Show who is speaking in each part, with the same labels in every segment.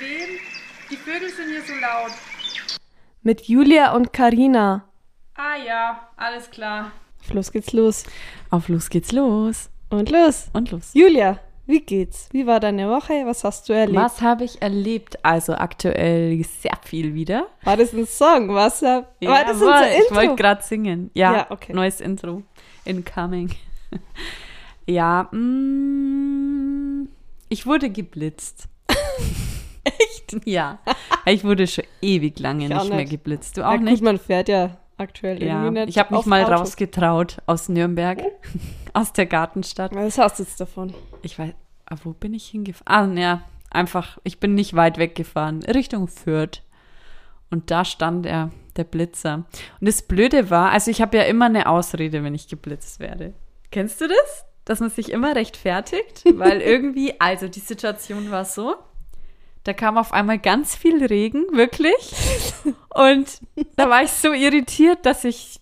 Speaker 1: wem? Die Vögel sind hier so laut.
Speaker 2: Mit Julia und Karina.
Speaker 1: Ah ja, alles klar.
Speaker 2: Auf los geht's los.
Speaker 3: Auf los geht's los.
Speaker 2: Und los.
Speaker 3: Und los.
Speaker 2: Julia, wie geht's? Wie war deine Woche? Was hast du erlebt?
Speaker 3: Was habe ich erlebt? Also aktuell sehr viel wieder.
Speaker 2: War das ein Song? Was hab, war das
Speaker 3: Jawohl,
Speaker 2: unser
Speaker 3: Ich
Speaker 2: Intro?
Speaker 3: wollte gerade singen. Ja,
Speaker 2: Ja, okay.
Speaker 3: neues Intro. Incoming. ja, mm, ich wurde geblitzt. Echt? Ja. Ich wurde schon ewig lange
Speaker 2: Ich auch
Speaker 3: nicht, mehr
Speaker 2: nicht.
Speaker 3: geblitzt. Du
Speaker 2: Na
Speaker 3: auch
Speaker 2: gut,
Speaker 3: nicht?
Speaker 2: man fährt ja aktuell
Speaker 3: Ja.
Speaker 2: irgendwie nicht
Speaker 3: Ich habe mich
Speaker 2: auf Oh.
Speaker 3: mal
Speaker 2: Auto.
Speaker 3: rausgetraut aus Nürnberg, aus der Gartenstadt.
Speaker 2: Was hast du jetzt davon?
Speaker 3: Ich weiß, ah, wo bin ich hingefahren? Ah, ja, einfach, ich bin nicht weit weggefahren, Richtung Fürth. Und da stand er, der Blitzer. Und das Blöde war, also ich habe ja immer eine Ausrede, wenn ich geblitzt werde. Kennst du das? Dass man sich immer rechtfertigt? Weil irgendwie, also die Situation war so, da kam auf einmal ganz viel Regen, wirklich. Und da war ich so irritiert, dass ich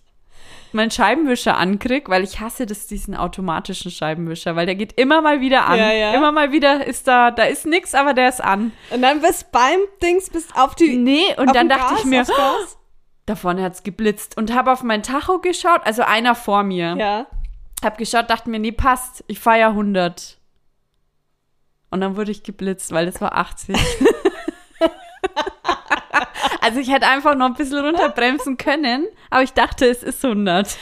Speaker 3: meinen Scheibenwischer ankrieg, weil ich hasse das, diesen automatischen Scheibenwischer, weil der geht immer mal wieder an.
Speaker 2: Ja, ja.
Speaker 3: Immer mal wieder ist da, da ist nix, aber der ist an.
Speaker 2: Und dann bist beim Dings, bist auf die.
Speaker 3: Nee, und
Speaker 2: auf
Speaker 3: dann
Speaker 2: dem
Speaker 3: dachte
Speaker 2: Gas,
Speaker 3: ich mir,
Speaker 2: aufs Gas.
Speaker 3: da vorne hat's geblitzt und habe auf mein Tacho geschaut, also einer vor mir.
Speaker 2: Ja.
Speaker 3: Hab geschaut, dachte mir, nee, passt, ich fahre ja 100. Und dann wurde ich geblitzt, weil es war 80. also ich hätte einfach noch ein bisschen runterbremsen können, aber ich dachte, es ist 100.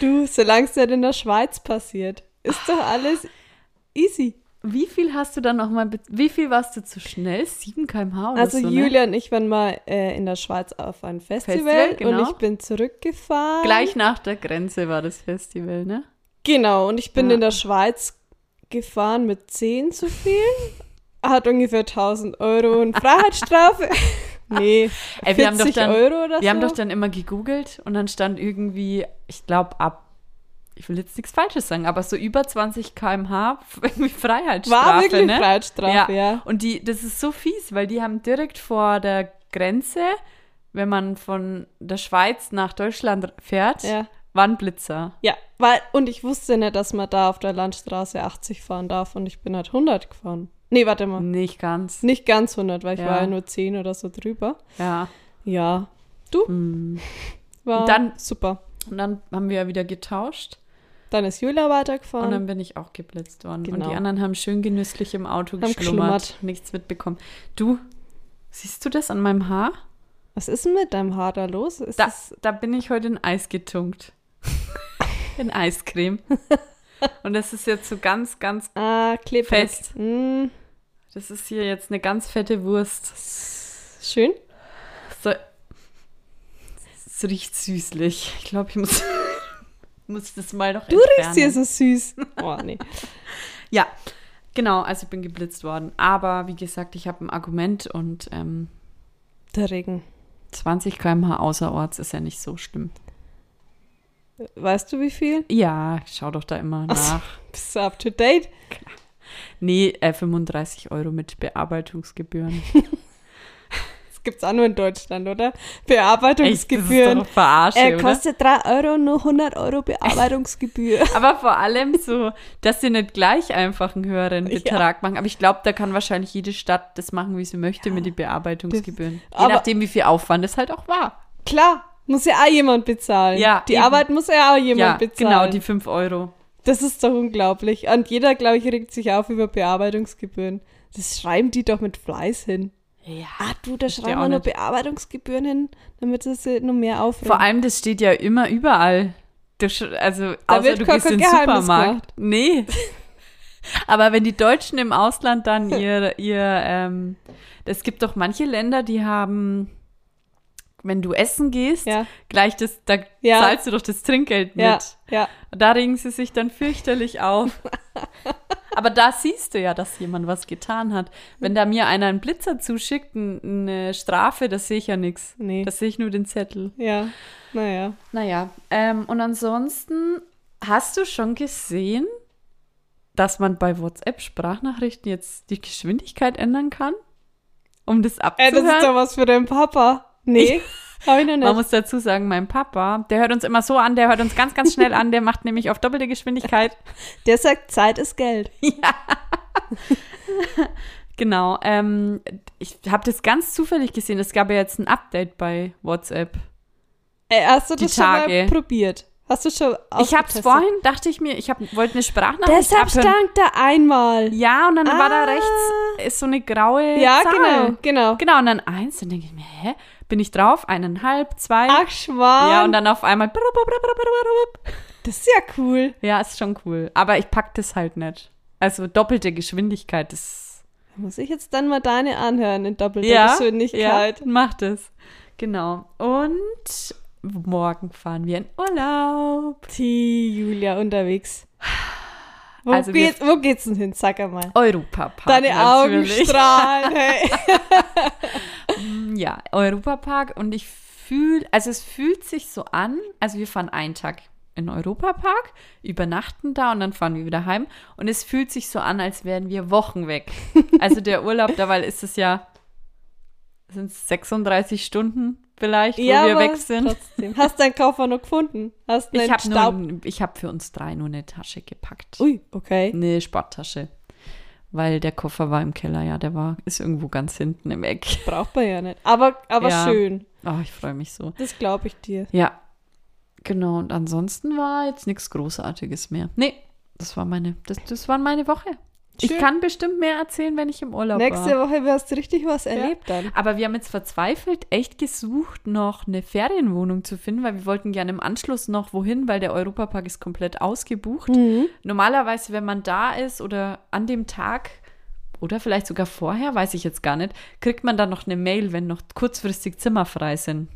Speaker 2: Du, solange es nicht in der Schweiz passiert, ist doch alles
Speaker 3: Ah,
Speaker 2: easy.
Speaker 3: Wie viel hast du dann nochmal, be- wie viel warst du zu schnell? 7 km/h oder
Speaker 2: Also
Speaker 3: so, ne?
Speaker 2: Julia und ich waren mal äh, in der Schweiz auf ein Festival,
Speaker 3: Festival, genau.
Speaker 2: und ich bin zurückgefahren.
Speaker 3: Gleich nach der Grenze war das Festival, ne?
Speaker 2: Genau, und ich bin
Speaker 3: Ja.
Speaker 2: in der Schweiz gefahren mit 10 zu viel. Hat ungefähr 1000 Euro und Freiheitsstrafe. nee,
Speaker 3: Ey,
Speaker 2: 40
Speaker 3: wir haben doch dann-
Speaker 2: Euro oder so.
Speaker 3: Wir haben doch dann immer gegoogelt und dann stand irgendwie, ich glaube, ab, ich will jetzt nichts Falsches sagen, aber so über 20 km/h irgendwie Freiheitsstrafe.
Speaker 2: War wirklich
Speaker 3: ne?
Speaker 2: Freiheitsstrafe, ja.
Speaker 3: Und die, das ist so fies, weil die haben direkt vor der Grenze, wenn man von der Schweiz nach Deutschland fährt,
Speaker 2: Ja.
Speaker 3: waren Blitzer.
Speaker 2: Ja, weil, und ich wusste nicht, dass man da auf der Landstraße 80 fahren darf und ich bin halt 100 gefahren. Nee, warte mal.
Speaker 3: Nicht ganz.
Speaker 2: Nicht ganz 100, weil ich
Speaker 3: Ja.
Speaker 2: war ja nur 10 oder so drüber.
Speaker 3: Ja.
Speaker 2: Ja. Du? War
Speaker 3: Und dann-
Speaker 2: super.
Speaker 3: Und dann haben wir ja wieder getauscht.
Speaker 2: Dann ist Julia
Speaker 3: Und dann
Speaker 2: weitergefahren.
Speaker 3: bin ich auch geblitzt worden.
Speaker 2: Genau.
Speaker 3: Und die anderen haben schön genüsslich im Auto
Speaker 2: Haben
Speaker 3: geschlummert.
Speaker 2: geschlummert.
Speaker 3: Nichts mitbekommen. Du, siehst du das an meinem Haar?
Speaker 2: Was ist denn mit deinem Haar da los? Ist
Speaker 3: Da,
Speaker 2: das-
Speaker 3: da bin ich heute in Eis getunkt. in Eiscreme. Und das ist jetzt so ganz, ganz,
Speaker 2: Ah, klebrig.
Speaker 3: Fest.
Speaker 2: Mm,
Speaker 3: das ist hier jetzt eine ganz fette Wurst.
Speaker 2: schön.
Speaker 3: So, es riecht süßlich. Ich glaube, ich muss, muss das mal noch
Speaker 2: Du riechst hier
Speaker 3: entfernen.
Speaker 2: so süß. Oh, nee.
Speaker 3: Ja, genau. Also ich bin geblitzt worden. Aber wie gesagt, ich habe ein Argument und ähm,
Speaker 2: Der Regen.
Speaker 3: 20 km/h außerorts ist ja nicht so schlimm.
Speaker 2: Weißt du, wie viel?
Speaker 3: Ja, ich schau doch da immer
Speaker 2: Ach so.
Speaker 3: nach.
Speaker 2: Bist du up to date?
Speaker 3: Nee, äh, 35 Euro mit Bearbeitungsgebühren.
Speaker 2: Das gibt's auch nur in Deutschland, oder?
Speaker 3: Echt, das ist
Speaker 2: Bearbeitungsgebühren.
Speaker 3: doch verarsche,
Speaker 2: Er
Speaker 3: oder?
Speaker 2: kostet 3 Euro, nur 100 Euro Bearbeitungsgebühr.
Speaker 3: Aber vor allem so, dass sie nicht gleich einfach einen höheren
Speaker 2: Ja.
Speaker 3: Betrag machen. Aber ich glaube, da kann wahrscheinlich jede Stadt das machen, wie sie möchte mit den Bearbeitungsgebühren. Je
Speaker 2: aber-
Speaker 3: nachdem, wie viel Aufwand es halt auch war.
Speaker 2: Klar, muss ja auch jemand bezahlen.
Speaker 3: Ja,
Speaker 2: die
Speaker 3: eben.
Speaker 2: Arbeit muss ja auch jemand
Speaker 3: ja,
Speaker 2: bezahlen.
Speaker 3: genau, die 5 Euro.
Speaker 2: das ist doch unglaublich. Und jeder, glaube ich, regt sich auf über Bearbeitungsgebühren. Das schreiben die doch mit Fleiß hin.
Speaker 3: Ja.
Speaker 2: Ah, du, da
Speaker 3: ja
Speaker 2: schreiben
Speaker 3: auch
Speaker 2: wir nur
Speaker 3: nicht.
Speaker 2: Bearbeitungsgebühren hin, damit es äh, noch mehr aufregt.
Speaker 3: Vor allem, das steht ja immer überall. Du sch- also,
Speaker 2: Da
Speaker 3: außer
Speaker 2: wird
Speaker 3: du
Speaker 2: kein
Speaker 3: gehst in den
Speaker 2: Geheimnis
Speaker 3: Supermarkt. Nee. Aber wenn die Deutschen im Ausland dann ihr, ihr, ähm, es gibt doch manche Länder, die haben, wenn du essen gehst,
Speaker 2: Ja.
Speaker 3: gleich das, da
Speaker 2: Ja.
Speaker 3: zahlst du doch das Trinkgeld mit.
Speaker 2: ja, ja.
Speaker 3: Da regen sie sich dann fürchterlich auf. Aber da siehst du ja, dass jemand was getan hat. Wenn da mir einer einen Blitzer zuschickt, n- eine Strafe, das sehe ich ja nichts.
Speaker 2: Nee.
Speaker 3: Das sehe ich nur den Zettel.
Speaker 2: Ja, naja.
Speaker 3: Naja, ähm, und ansonsten hast du schon gesehen, dass man bei WhatsApp-Sprachnachrichten jetzt die Geschwindigkeit ändern kann, um das
Speaker 2: Äh, das
Speaker 3: abzuhören?
Speaker 2: ist doch was für deinen Papa. Nee, hab ich noch
Speaker 3: man
Speaker 2: nicht.
Speaker 3: muss dazu sagen, mein Papa, der hört uns immer so an, der hört uns ganz, ganz schnell an, der macht nämlich auf doppelte Geschwindigkeit.
Speaker 2: Der sagt, Zeit ist Geld.
Speaker 3: Genau. Ähm, ich habe das ganz zufällig gesehen. Es gab ja jetzt ein Update bei WhatsApp.
Speaker 2: Äh, hast du das schon mal
Speaker 3: Tage.
Speaker 2: probiert? Hast du schon
Speaker 3: Ich habe es
Speaker 2: ausgetestet?
Speaker 3: vorhin, dachte ich mir, ich hab, wollte eine Sprachnachricht
Speaker 2: Deshalb
Speaker 3: abhören.
Speaker 2: stand da einmal.
Speaker 3: Ja, und dann war da
Speaker 2: Ah.
Speaker 3: rechts ist so eine graue
Speaker 2: Ja,
Speaker 3: Zahl.
Speaker 2: genau, genau.
Speaker 3: Genau, und dann eins, dann denke ich mir, hä? Bin ich drauf? Eineinhalb, zwei?
Speaker 2: Ach, Schwan.
Speaker 3: ja, und dann auf einmal. blub, blub, blub, blub, blub, blub.
Speaker 2: das ist ja cool.
Speaker 3: Ja, ist schon cool. Aber ich pack das halt nicht. Also doppelte Geschwindigkeit ist.
Speaker 2: Muss ich jetzt dann mal deine anhören in doppelter Geschwindigkeit?
Speaker 3: Ja, mach das. Genau. Und morgen fahren wir in Urlaub.
Speaker 2: Die Julia unterwegs. Wo,
Speaker 3: Also wir-
Speaker 2: geht's, wo geht's denn hin? Sag einmal.
Speaker 3: Europapark.
Speaker 2: Deine Augen
Speaker 3: natürlich.
Speaker 2: strahlen. Hey.
Speaker 3: Ja, Europapark und ich fühle, also es fühlt sich so an, also wir fahren einen Tag in Europapark, übernachten da und dann fahren wir wieder heim und es fühlt sich so an, als wären wir Wochen weg. Also der Urlaub dabei ist es ja, sind 36 Stunden vielleicht, wo wir
Speaker 2: aber
Speaker 3: weg sind.
Speaker 2: Trotzdem. Hast deinen Koffer noch gefunden? Hast
Speaker 3: Ich
Speaker 2: deinen
Speaker 3: habe
Speaker 2: Staub?
Speaker 3: nur, ich habe für uns drei nur eine Tasche gepackt,
Speaker 2: Ui, okay.
Speaker 3: eine Sporttasche, weil der Koffer war im Keller, ja, der war ist irgendwo ganz hinten im Eck.
Speaker 2: Braucht man ja nicht. Aber, aber
Speaker 3: Ja.
Speaker 2: schön.
Speaker 3: Oh, ich freue mich so.
Speaker 2: Das glaube ich dir.
Speaker 3: Ja, genau. Und ansonsten war jetzt nichts Großartiges mehr. Nee, das war meine, das, das war meine Woche.
Speaker 2: Schön.
Speaker 3: Ich kann bestimmt mehr erzählen, wenn ich im Urlaub
Speaker 2: Nächste
Speaker 3: war.
Speaker 2: Woche wirst du richtig was erlebt dann.
Speaker 3: Aber wir haben jetzt verzweifelt echt gesucht, noch eine Ferienwohnung zu finden, weil wir wollten gerne im Anschluss noch wohin, weil der Europapark ist komplett ausgebucht.
Speaker 2: Mhm.
Speaker 3: Normalerweise, wenn man da ist oder an dem Tag oder vielleicht sogar vorher, weiß ich jetzt gar nicht, kriegt man dann noch eine Mail, wenn noch kurzfristig Zimmer frei sind.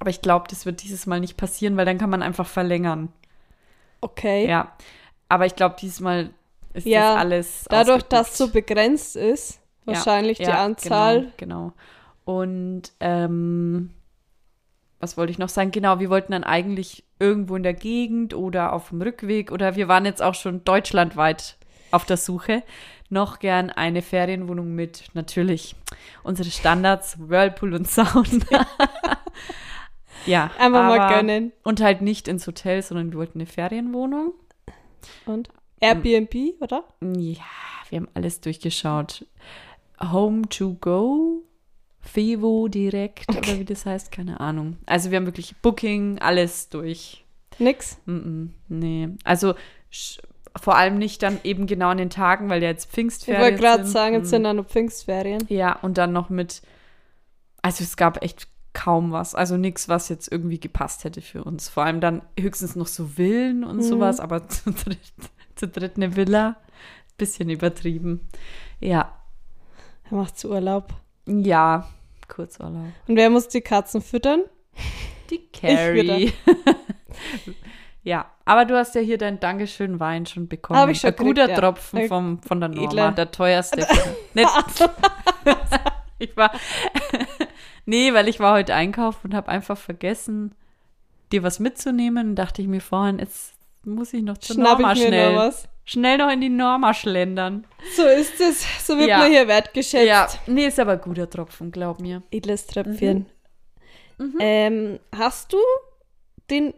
Speaker 3: Aber ich glaube, das wird dieses Mal nicht passieren, weil dann kann man einfach verlängern.
Speaker 2: Okay.
Speaker 3: Ja. Aber ich glaube, diesmal ist
Speaker 2: Ja,
Speaker 3: das alles.
Speaker 2: Dadurch, dass
Speaker 3: ausgebucht.
Speaker 2: so begrenzt ist,
Speaker 3: Ja,
Speaker 2: wahrscheinlich die
Speaker 3: ja,
Speaker 2: Anzahl.
Speaker 3: Genau. genau. Und ähm, was wollte ich noch sagen? Genau, wir wollten dann eigentlich irgendwo in der Gegend oder auf dem Rückweg oder wir waren jetzt auch schon deutschlandweit auf der Suche. Noch gern eine Ferienwohnung mit natürlich unsere Standards, Whirlpool und Sauna. ja.
Speaker 2: Einfach mal
Speaker 3: aber-
Speaker 2: gönnen.
Speaker 3: Und halt nicht ins Hotel, sondern wir wollten eine Ferienwohnung.
Speaker 2: Und Airbnb, oder?
Speaker 3: Hm, Ja, wir haben alles durchgeschaut. Home to go, Fevo direkt oder wie das heißt, keine Ahnung. Also wir haben wirklich Booking, alles durch.
Speaker 2: Nix.
Speaker 3: Mm -mm, nee, also sch- vor allem nicht dann eben genau an den Tagen, weil ja jetzt
Speaker 2: Ich
Speaker 3: Pfingstferien
Speaker 2: wollte gerade
Speaker 3: sind.
Speaker 2: sagen,
Speaker 3: Mm.
Speaker 2: jetzt sind dann noch Pfingstferien.
Speaker 3: Ja, und dann noch mit, also es gab echt kaum was, also nichts, was jetzt irgendwie gepasst hätte für uns. Vor allem dann höchstens noch so Villen und sowas, aber zu dritt, zu dritt eine Villa, bisschen übertrieben. Ja,
Speaker 2: Er macht zu Urlaub.
Speaker 3: ja, Kurzurlaub.
Speaker 2: Und wer muss die Katzen füttern?
Speaker 3: Die
Speaker 2: würde.
Speaker 3: Carrie. ja, aber du hast ja hier dein Dankeschön-Wein schon bekommen.
Speaker 2: Hab ich schon
Speaker 3: Ein guter
Speaker 2: gekriegt, ja.
Speaker 3: Tropfen
Speaker 2: Ein
Speaker 3: vom, von der Norma,
Speaker 2: edler.
Speaker 3: der teuerste. Nicht, ich war, nee, weil ich war heute einkaufen und habe einfach vergessen, dir was mitzunehmen. Und dachte ich mir vorhin, jetzt muss ich noch zur
Speaker 2: Schnapp
Speaker 3: Norma
Speaker 2: ich mir
Speaker 3: schnell.
Speaker 2: noch was.
Speaker 3: Schnell noch in die Norma schlendern.
Speaker 2: So ist es. So wird
Speaker 3: Ja.
Speaker 2: man hier wertgeschätzt.
Speaker 3: Ja, nee, ist aber ein guter Tropfen, glaub mir.
Speaker 2: Edles Tröpfchen.
Speaker 3: Mhm.
Speaker 2: Ähm, hast du den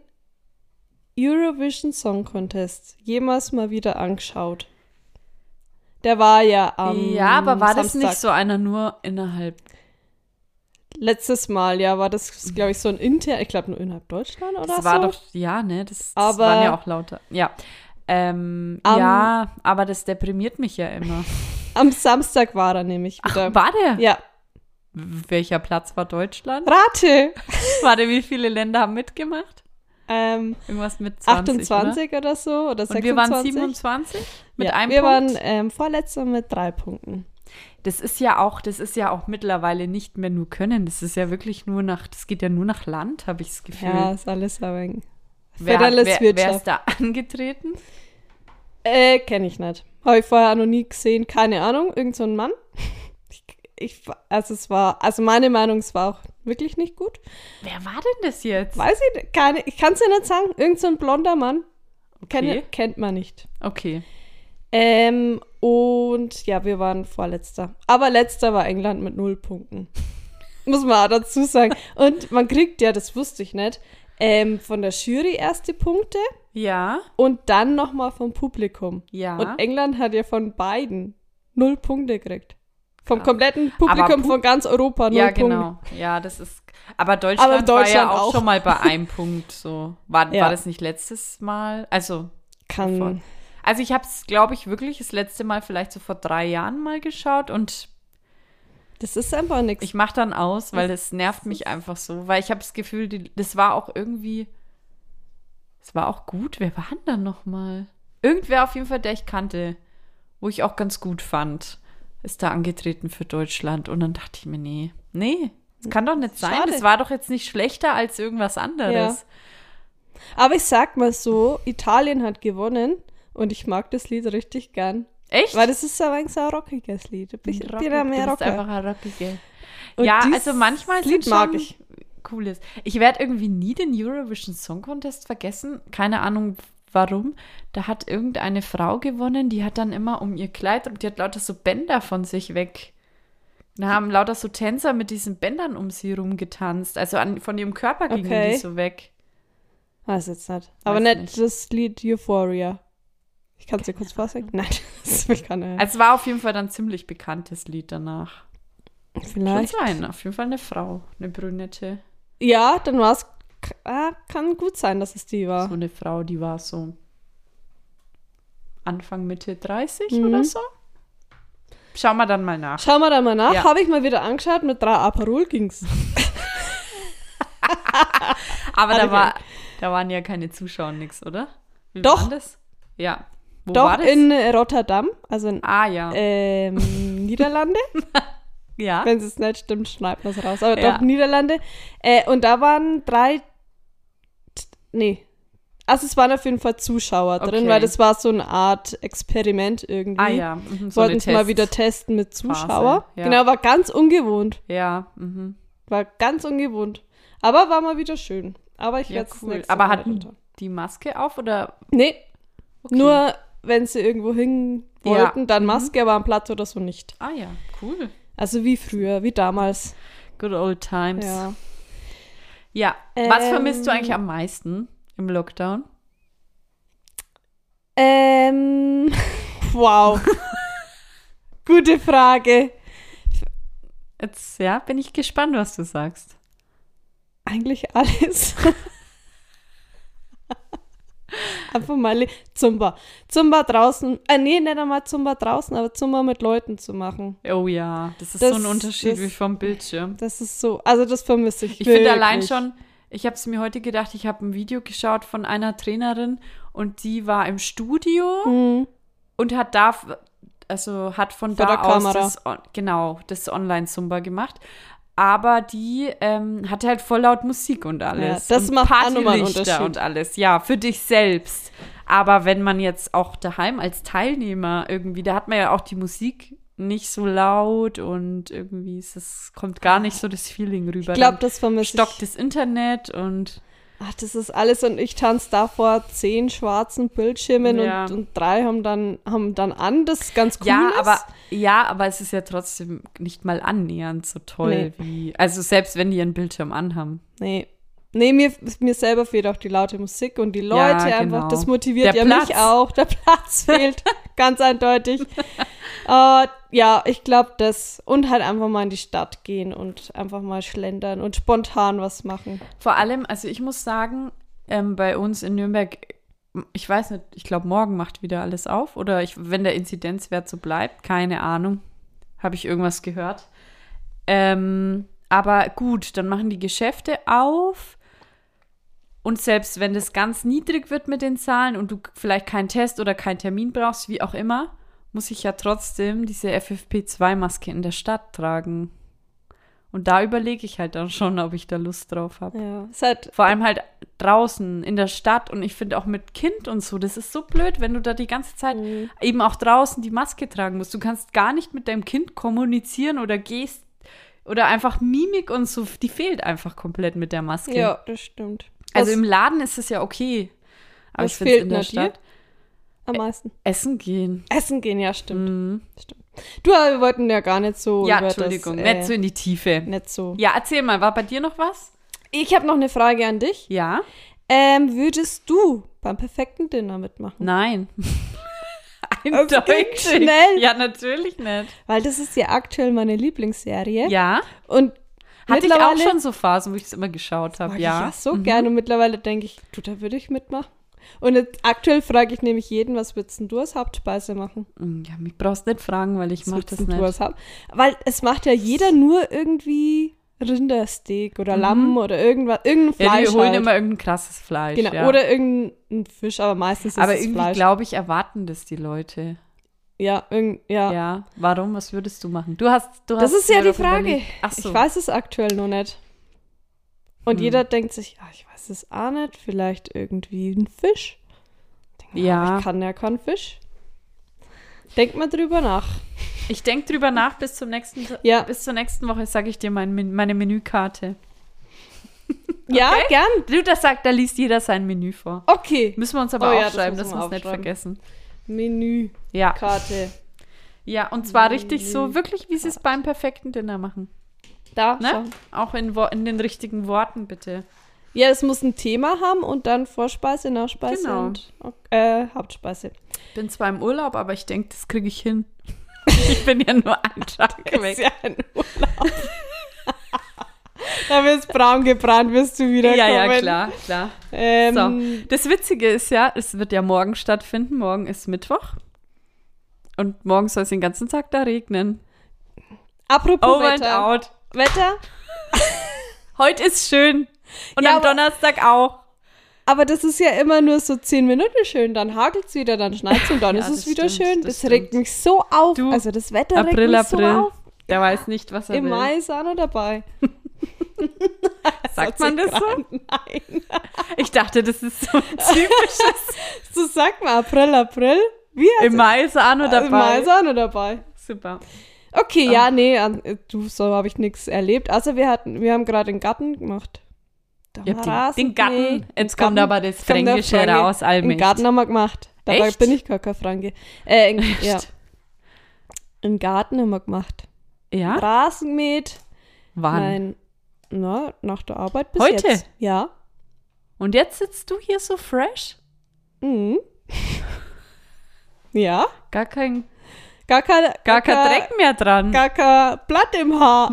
Speaker 2: Eurovision Song Contest jemals mal wieder angeschaut? Der war ja am
Speaker 3: ja, aber war das
Speaker 2: Samstag.
Speaker 3: nicht so einer nur innerhalb
Speaker 2: Letztes Mal, ja, war das, glaube ich, so ein Inter, ich glaube nur innerhalb Deutschland oder
Speaker 3: Das
Speaker 2: so.
Speaker 3: Mhm. war doch, ja, ne, das, das
Speaker 2: Aber-
Speaker 3: waren ja auch lauter. Ja. Ähm,
Speaker 2: Am-
Speaker 3: ja, aber das deprimiert mich ja immer.
Speaker 2: Am Samstag war er nämlich
Speaker 3: Ach,
Speaker 2: wieder.
Speaker 3: war der?
Speaker 2: ja.
Speaker 3: Welcher Platz war Deutschland?
Speaker 2: Rate!
Speaker 3: Warte, wie viele Länder haben mitgemacht?
Speaker 2: Ähm,
Speaker 3: Irgendwas mit 20,
Speaker 2: 28 oder? so oder
Speaker 3: Oder? Und
Speaker 2: 26.
Speaker 3: wir waren 27 mit
Speaker 2: ja,
Speaker 3: einem
Speaker 2: wir
Speaker 3: Punkt.
Speaker 2: waren ähm, Vorletzter mit drei Punkten.
Speaker 3: das ist ja auch, das ist ja auch mittlerweile nicht mehr nur können. Das ist ja wirklich nur nach, das geht ja nur nach Land, habe ich das Gefühl.
Speaker 2: Ja, ist alles aber eng.
Speaker 3: wer, hat- wer, wer ist
Speaker 2: Wirtschaft.
Speaker 3: da angetreten?
Speaker 2: Äh, kenne ich nicht. Habe ich vorher auch noch nie gesehen. Keine Ahnung. Irgend so ein Mann. Ich, ich, also es war, also meine Meinung, es war auch wirklich nicht gut.
Speaker 3: Wer war denn das jetzt?
Speaker 2: Weiß ich nicht. keine, ich kann es ja nicht sagen. Irgend so ein blonder Mann. Kenne,
Speaker 3: Okay.
Speaker 2: Kennt man nicht.
Speaker 3: Okay.
Speaker 2: Ähm, und ja, wir waren vorletzter. Aber letzter war England mit null Punkten. Muss man auch dazu sagen. Und man kriegt ja, das wusste ich nicht, ähm, von der Jury erste Punkte
Speaker 3: Ja,
Speaker 2: und dann nochmal vom Publikum.
Speaker 3: ja.
Speaker 2: Und England hat ja von beiden null Punkte gekriegt. Vom kompletten Publikum
Speaker 3: Pu-
Speaker 2: von ganz Europa. Null
Speaker 3: Ja,
Speaker 2: Punkte.
Speaker 3: genau. Ja, das ist. Aber Deutschland, war ja
Speaker 2: Deutschland
Speaker 3: auch,
Speaker 2: auch.
Speaker 3: schon mal bei einem Punkt so. War,
Speaker 2: Ja. Mhm.
Speaker 3: war das nicht letztes Mal? Also,
Speaker 2: Kann.
Speaker 3: also ich habe es, glaube ich, wirklich das letzte Mal vielleicht so vor drei Jahren mal geschaut und
Speaker 2: Das ist einfach nichts.
Speaker 3: ich mache dann aus, weil das nervt mich einfach so. Weil ich habe das Gefühl, die, das war auch irgendwie. Das war auch gut. Wer war denn da nochmal? Irgendwer auf jeden Fall, der ich kannte, wo ich auch ganz gut fand, ist da angetreten für Deutschland. Und dann dachte ich mir, nee, nee, das kann doch nicht sein.
Speaker 2: Schade.
Speaker 3: Das war doch jetzt nicht schlechter als irgendwas anderes.
Speaker 2: Aber ich sag mal so, Italien hat gewonnen und ich mag das Lied richtig gern.
Speaker 3: Echt?
Speaker 2: Weil das ist aber ein sehr rockiges Lied. Ein bisschen
Speaker 3: Rocky,
Speaker 2: Rocky,
Speaker 3: du
Speaker 2: mehr
Speaker 3: bist einfach
Speaker 2: Rocker.
Speaker 3: ein Rockige.
Speaker 2: Und
Speaker 3: Ja,
Speaker 2: dieses
Speaker 3: also manchmal sind
Speaker 2: Lied mag
Speaker 3: schon
Speaker 2: ich.
Speaker 3: Cooles. Ich werde irgendwie nie den Eurovision Song Contest vergessen. Keine Ahnung warum. Da hat irgendeine Frau gewonnen, die hat dann immer um ihr Kleid und die hat lauter so Bänder von sich weg. Da haben lauter so Tänzer mit diesen Bändern um sie rumgetanzt. Also an, von ihrem Körper gingen die
Speaker 2: Okay.
Speaker 3: so weg.
Speaker 2: Weiß jetzt nicht. Aber
Speaker 3: Weiß
Speaker 2: nicht,
Speaker 3: nicht.
Speaker 2: das Lied Euphoria. Ich kann es dir kurz vorsagen. Nein, das will keiner. hören.
Speaker 3: Also es war auf jeden Fall dann ein ziemlich bekanntes Lied danach. Kann
Speaker 2: Vielleicht.
Speaker 3: sein, auf jeden Fall eine Frau, eine Brünette.
Speaker 2: Ja, dann war es. Ah, kann gut sein, dass es die war.
Speaker 3: So eine Frau, die war so Anfang, Mitte 30
Speaker 2: Mhm.
Speaker 3: oder so. Schauen wir dann mal nach.
Speaker 2: Schauen wir da mal nach.
Speaker 3: Ja.
Speaker 2: Habe ich mal wieder angeschaut. Mit drei Aperol ging's.
Speaker 3: Aber da,
Speaker 2: Alle
Speaker 3: war, da waren ja keine Zuschauer, nix, oder? Wie
Speaker 2: Doch.
Speaker 3: waren das? Ja. Wo war
Speaker 2: Doch
Speaker 3: das?
Speaker 2: in äh, Rotterdam, also in
Speaker 3: ah, ja.
Speaker 2: ähm, Niederlande.
Speaker 3: ja.
Speaker 2: Wenn es nicht stimmt, schneiden wir es raus. Aber
Speaker 3: Ja.
Speaker 2: doch Niederlande. Äh, und da waren drei. t- Nee. Also es waren auf jeden Fall Zuschauer drin,
Speaker 3: Okay.
Speaker 2: weil das war so eine Art Experiment irgendwie.
Speaker 3: Ah, ja. Mhm, so eine
Speaker 2: Wollten es mal
Speaker 3: Tests-
Speaker 2: wieder testen mit Zuschauer.
Speaker 3: ja.
Speaker 2: Genau, war ganz ungewohnt.
Speaker 3: Ja. Mhm.
Speaker 2: War ganz ungewohnt. Aber war mal wieder schön. Aber ich
Speaker 3: Ja,
Speaker 2: werde es
Speaker 3: cool.
Speaker 2: nächste
Speaker 3: Aber
Speaker 2: Mal
Speaker 3: hatten
Speaker 2: runter-
Speaker 3: die Maske auf oder?
Speaker 2: Nee,
Speaker 3: Okay.
Speaker 2: nur wenn sie irgendwo hin
Speaker 3: Ja. Mhm.
Speaker 2: wollten, dann Maske, aber am Platz oder so nicht.
Speaker 3: Ah, ja. Cool.
Speaker 2: Also wie früher, wie damals.
Speaker 3: Good old times.
Speaker 2: Ja.
Speaker 3: ja. Was
Speaker 2: Ähm.
Speaker 3: vermisst du eigentlich am meisten im Lockdown?
Speaker 2: Ähm, wow. Gute Frage.
Speaker 3: Jetzt, ja, bin ich gespannt, was du sagst.
Speaker 2: Eigentlich alles. Einfach mal le- Zumba. Zumba draußen. Ah, nee, nicht einmal Zumba draußen, aber Zumba mit Leuten zu machen.
Speaker 3: Oh ja, das ist
Speaker 2: Das-
Speaker 3: so ein Unterschied
Speaker 2: das-
Speaker 3: wie vom Bildschirm.
Speaker 2: Das ist so, also das vermisse ich.
Speaker 3: Ich finde allein
Speaker 2: wirklich.
Speaker 3: schon, ich habe es mir heute gedacht, ich habe ein Video geschaut von einer Trainerin und die war im Studio
Speaker 2: Mhm.
Speaker 3: und hat da, f- also hat von
Speaker 2: Vor
Speaker 3: da
Speaker 2: der
Speaker 3: aus
Speaker 2: Kamera.
Speaker 3: das, on- genau, das Online-Zumba gemacht. Aber die ähm, hatte halt voll laut Musik und alles.
Speaker 2: Ja, das
Speaker 3: und
Speaker 2: macht auch nochmal einen
Speaker 3: Partylichter
Speaker 2: Unterschied.
Speaker 3: Und alles, ja, für dich selbst. Aber wenn man jetzt auch daheim als Teilnehmer irgendwie, da hat man ja auch die Musik nicht so laut und irgendwie ist es, kommt gar nicht so das Feeling rüber.
Speaker 2: Ich glaube,
Speaker 3: Dann
Speaker 2: das vermisse
Speaker 3: stockt
Speaker 2: ich.
Speaker 3: das Internet und
Speaker 2: Ach, das ist alles und ich tanze da vor zehn schwarzen Bildschirmen
Speaker 3: Ja.
Speaker 2: und, und drei haben dann, haben dann an, das ganz cool
Speaker 3: Ja,
Speaker 2: ist.
Speaker 3: aber ja, aber es ist ja trotzdem nicht mal annähernd so toll
Speaker 2: Nee.
Speaker 3: wie. Also selbst wenn die einen Bildschirm anhaben.
Speaker 2: Nee. Nee, mir, mir selber fehlt auch die laute Musik und die Leute
Speaker 3: Ja, genau.
Speaker 2: einfach. Das motiviert
Speaker 3: Der
Speaker 2: ja
Speaker 3: Platz.
Speaker 2: mich auch. Der Platz fehlt, ganz eindeutig. Äh, ja, ich glaube das. Und halt einfach mal in die Stadt gehen und einfach mal schlendern und spontan was machen.
Speaker 3: Vor allem, also ich muss sagen, ähm, bei uns in Nürnberg, ich weiß nicht, ich glaube, morgen macht wieder alles auf. Oder ich, wenn der Inzidenzwert so bleibt, keine Ahnung. Habe ich irgendwas gehört. Ähm, aber gut, dann machen die Geschäfte auf. Und selbst wenn das ganz niedrig wird mit den Zahlen und du k- vielleicht keinen Test oder keinen Termin brauchst, wie auch immer, muss ich ja trotzdem diese FFP2-Maske in der Stadt tragen. Und da überlege ich halt dann schon, ob ich da Lust drauf habe.
Speaker 2: Ja, ist halt,
Speaker 3: Vor allem halt draußen in der Stadt und ich finde auch mit Kind und so, das ist so blöd, wenn du da die ganze Zeit
Speaker 2: Mhm.
Speaker 3: eben auch draußen die Maske tragen musst. Du kannst gar nicht mit deinem Kind kommunizieren oder gehst oder einfach Mimik und so, die fehlt einfach komplett mit der Maske.
Speaker 2: ja, das stimmt.
Speaker 3: Also
Speaker 2: Was
Speaker 3: im Laden ist es ja okay, aber
Speaker 2: Was
Speaker 3: ich finde
Speaker 2: fehlt
Speaker 3: in der
Speaker 2: denn dir?
Speaker 3: Stadt
Speaker 2: am meisten.
Speaker 3: essen gehen.
Speaker 2: Essen gehen, ja, stimmt.
Speaker 3: Mhm.
Speaker 2: Du, aber wir wollten ja gar nicht so.
Speaker 3: Ja,
Speaker 2: über
Speaker 3: Entschuldigung,
Speaker 2: Das, äh,
Speaker 3: nicht so in die Tiefe.
Speaker 2: nicht so.
Speaker 3: Ja, erzähl mal, war bei dir noch was?
Speaker 2: Ich habe noch eine Frage an dich.
Speaker 3: Ja?
Speaker 2: Ähm, würdest du beim perfekten Dinner mitmachen?
Speaker 3: Nein. Eindeutig.
Speaker 2: schnell.
Speaker 3: Ja, natürlich nicht.
Speaker 2: Weil das ist ja aktuell meine Lieblingsserie.
Speaker 3: Ja.
Speaker 2: Und
Speaker 3: Hatte ich auch
Speaker 2: mittlerweile
Speaker 3: schon so Phasen, wo ich es immer geschaut
Speaker 2: mag
Speaker 3: habe,
Speaker 2: ich
Speaker 3: ja. Mhm.
Speaker 2: ja so gerne. Und mittlerweile denke ich, du, da würde ich mitmachen. Und jetzt, aktuell frage ich nämlich jeden, was würdest denn du als Hauptspeise machen?
Speaker 3: Mm, Ja, mich brauchst nicht fragen, weil ich
Speaker 2: Was
Speaker 3: mache
Speaker 2: würdest
Speaker 3: das
Speaker 2: denn
Speaker 3: nicht.
Speaker 2: du als Haupt Weil es macht ja jeder nur irgendwie Rindersteak oder Lamm oder irgendwas,
Speaker 3: Mhm.
Speaker 2: irgendein
Speaker 3: ja,
Speaker 2: Fleisch
Speaker 3: die holen
Speaker 2: halt.
Speaker 3: immer irgendein krasses Fleisch.
Speaker 2: genau.
Speaker 3: ja.
Speaker 2: Oder irgendein Fisch, aber meistens ist
Speaker 3: Aber
Speaker 2: es
Speaker 3: irgendwie,
Speaker 2: Fleisch.
Speaker 3: glaube ich, erwarten das die Leute.
Speaker 2: ja, irgend, ja.
Speaker 3: Ja. Warum? Was würdest du machen? Du hast, du
Speaker 2: Das
Speaker 3: hast
Speaker 2: ist ja
Speaker 3: mir
Speaker 2: die
Speaker 3: doch
Speaker 2: Frage.
Speaker 3: überlegt. Ach so.
Speaker 2: Ich weiß es aktuell noch nicht. Und
Speaker 3: Hm.
Speaker 2: jeder denkt sich, ah, ich weiß es auch nicht, vielleicht irgendwie ein Fisch. Denk mir,
Speaker 3: Ja.
Speaker 2: aber Ich kann ja keinen Fisch. Denkt mal drüber nach.
Speaker 3: Ich denke drüber nach, bis zum nächsten
Speaker 2: Ja.
Speaker 3: bis zur nächsten Woche sage ich dir mein, Men- meine Menükarte.
Speaker 2: Ja, gern.
Speaker 3: Du, das sagt, da liest jeder sein Menü vor.
Speaker 2: Okay.
Speaker 3: Müssen wir uns
Speaker 2: Oh
Speaker 3: aber
Speaker 2: ja, das
Speaker 3: aufschreiben,
Speaker 2: müssen
Speaker 3: dass
Speaker 2: wir
Speaker 3: wir es nicht
Speaker 2: aufschreiben.
Speaker 3: vergessen.
Speaker 2: Menükarte.
Speaker 3: Ja. Ja, und zwar richtig so, wirklich, wie sie es beim perfekten Dinner machen.
Speaker 2: Da.
Speaker 3: Ne?
Speaker 2: Ne?
Speaker 3: Auch in, Wo- in den richtigen Worten, bitte.
Speaker 2: Ja, es muss ein Thema haben und dann Vorspeise, Nachspeise
Speaker 3: Genau.
Speaker 2: und äh, Hauptspeise.
Speaker 3: Bin zwar im Urlaub, aber ich denke, das kriege ich hin. ich bin ja nur einen Tag
Speaker 2: Ist
Speaker 3: weg.
Speaker 2: ja ein Urlaub. da wirst braun gebrannt, wirst du wieder
Speaker 3: Ja,
Speaker 2: kommen.
Speaker 3: ja, klar, klar.
Speaker 2: Ähm,
Speaker 3: So, das Witzige ist ja, es wird ja morgen stattfinden. Morgen ist Mittwoch. Und morgen soll es den ganzen Tag da regnen.
Speaker 2: Apropos
Speaker 3: Over and
Speaker 2: Wetter.
Speaker 3: Oh, out.
Speaker 2: Wetter.
Speaker 3: Heute ist schön. Und
Speaker 2: Ja,
Speaker 3: am
Speaker 2: aber-
Speaker 3: Donnerstag auch.
Speaker 2: Aber das ist ja immer nur so zehn Minuten schön. Dann hagelt's wieder, dann schneit's und dann
Speaker 3: Ja,
Speaker 2: ist es
Speaker 3: das
Speaker 2: wieder
Speaker 3: stimmt,
Speaker 2: schön. Das,
Speaker 3: das
Speaker 2: regt
Speaker 3: stimmt.
Speaker 2: mich so auf.
Speaker 3: Du,
Speaker 2: also das Wetter regt
Speaker 3: April,
Speaker 2: mich
Speaker 3: April.
Speaker 2: so auf.
Speaker 3: Der weiß nicht, was er
Speaker 2: Im
Speaker 3: will.
Speaker 2: Mai ist auch noch dabei.
Speaker 3: Sagt man das so?
Speaker 2: Nein.
Speaker 3: Ich dachte, das ist so
Speaker 2: Also
Speaker 3: ein typisches.
Speaker 2: So sagt man April, April. Wie heißt
Speaker 3: Im Mai ist Arno
Speaker 2: es?
Speaker 3: dabei.
Speaker 2: Im Mai ist auch noch dabei.
Speaker 3: Super.
Speaker 2: Okay, ja, nee, an, äh, du, so habe ich nichts erlebt. Also wir hatten, wir haben gerade den Garten gemacht. Da
Speaker 3: Ihr
Speaker 2: haben
Speaker 3: habt
Speaker 2: wir
Speaker 3: den,
Speaker 2: Rasen
Speaker 3: den Garten.
Speaker 2: gemäht,
Speaker 3: Jetzt
Speaker 2: den
Speaker 3: kommt
Speaker 2: Garten.
Speaker 3: aber das
Speaker 2: Jetzt kommt der
Speaker 3: Fränkische
Speaker 2: Franke.
Speaker 3: raus,
Speaker 2: Den
Speaker 3: allmächt.
Speaker 2: Garten haben wir gemacht. Dabei
Speaker 3: Echt?
Speaker 2: bin ich gar kein Franke. Äh, in, ja,
Speaker 3: Echt?
Speaker 2: einen Garten haben wir gemacht.
Speaker 3: Ja?
Speaker 2: Rasen gemäht.
Speaker 3: Wann?
Speaker 2: Nein. Na, nach der Arbeit bis
Speaker 3: Heute?
Speaker 2: jetzt. Ja.
Speaker 3: Und jetzt sitzt du hier so fresh?
Speaker 2: Mhm. ja.
Speaker 3: Gar kein,
Speaker 2: Gar kein,
Speaker 3: gar kein Dreck mehr dran.
Speaker 2: Gar kein Blatt im Haar.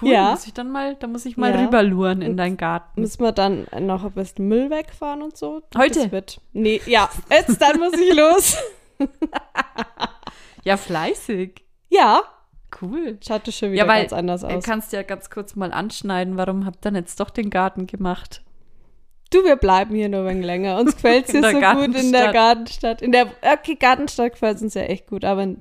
Speaker 3: cool,
Speaker 2: ja.
Speaker 3: muss ich dann mal, da muss ich mal
Speaker 2: Ja.
Speaker 3: rüberluren in deinen Garten.
Speaker 2: Müssen wir dann noch ein bisschen Müll wegfahren und so?
Speaker 3: Heute?
Speaker 2: Das wird. Nee, ja. Jetzt, dann muss ich los.
Speaker 3: Ja, fleißig.
Speaker 2: Ja.
Speaker 3: Cool.
Speaker 2: Schaut das schon wieder
Speaker 3: ja, weil
Speaker 2: ganz anders
Speaker 3: äh,
Speaker 2: aus.
Speaker 3: kannst ja ganz kurz mal anschneiden, warum habt ihr denn jetzt doch den Garten gemacht?
Speaker 2: Du, wir bleiben hier nur ein wenig länger. Uns gefällt es
Speaker 3: In
Speaker 2: hier
Speaker 3: der
Speaker 2: so gut in
Speaker 3: Gartenstadt.
Speaker 2: der Gartenstadt. In der okay, Gartenstadt gefällt es uns ja echt gut, aber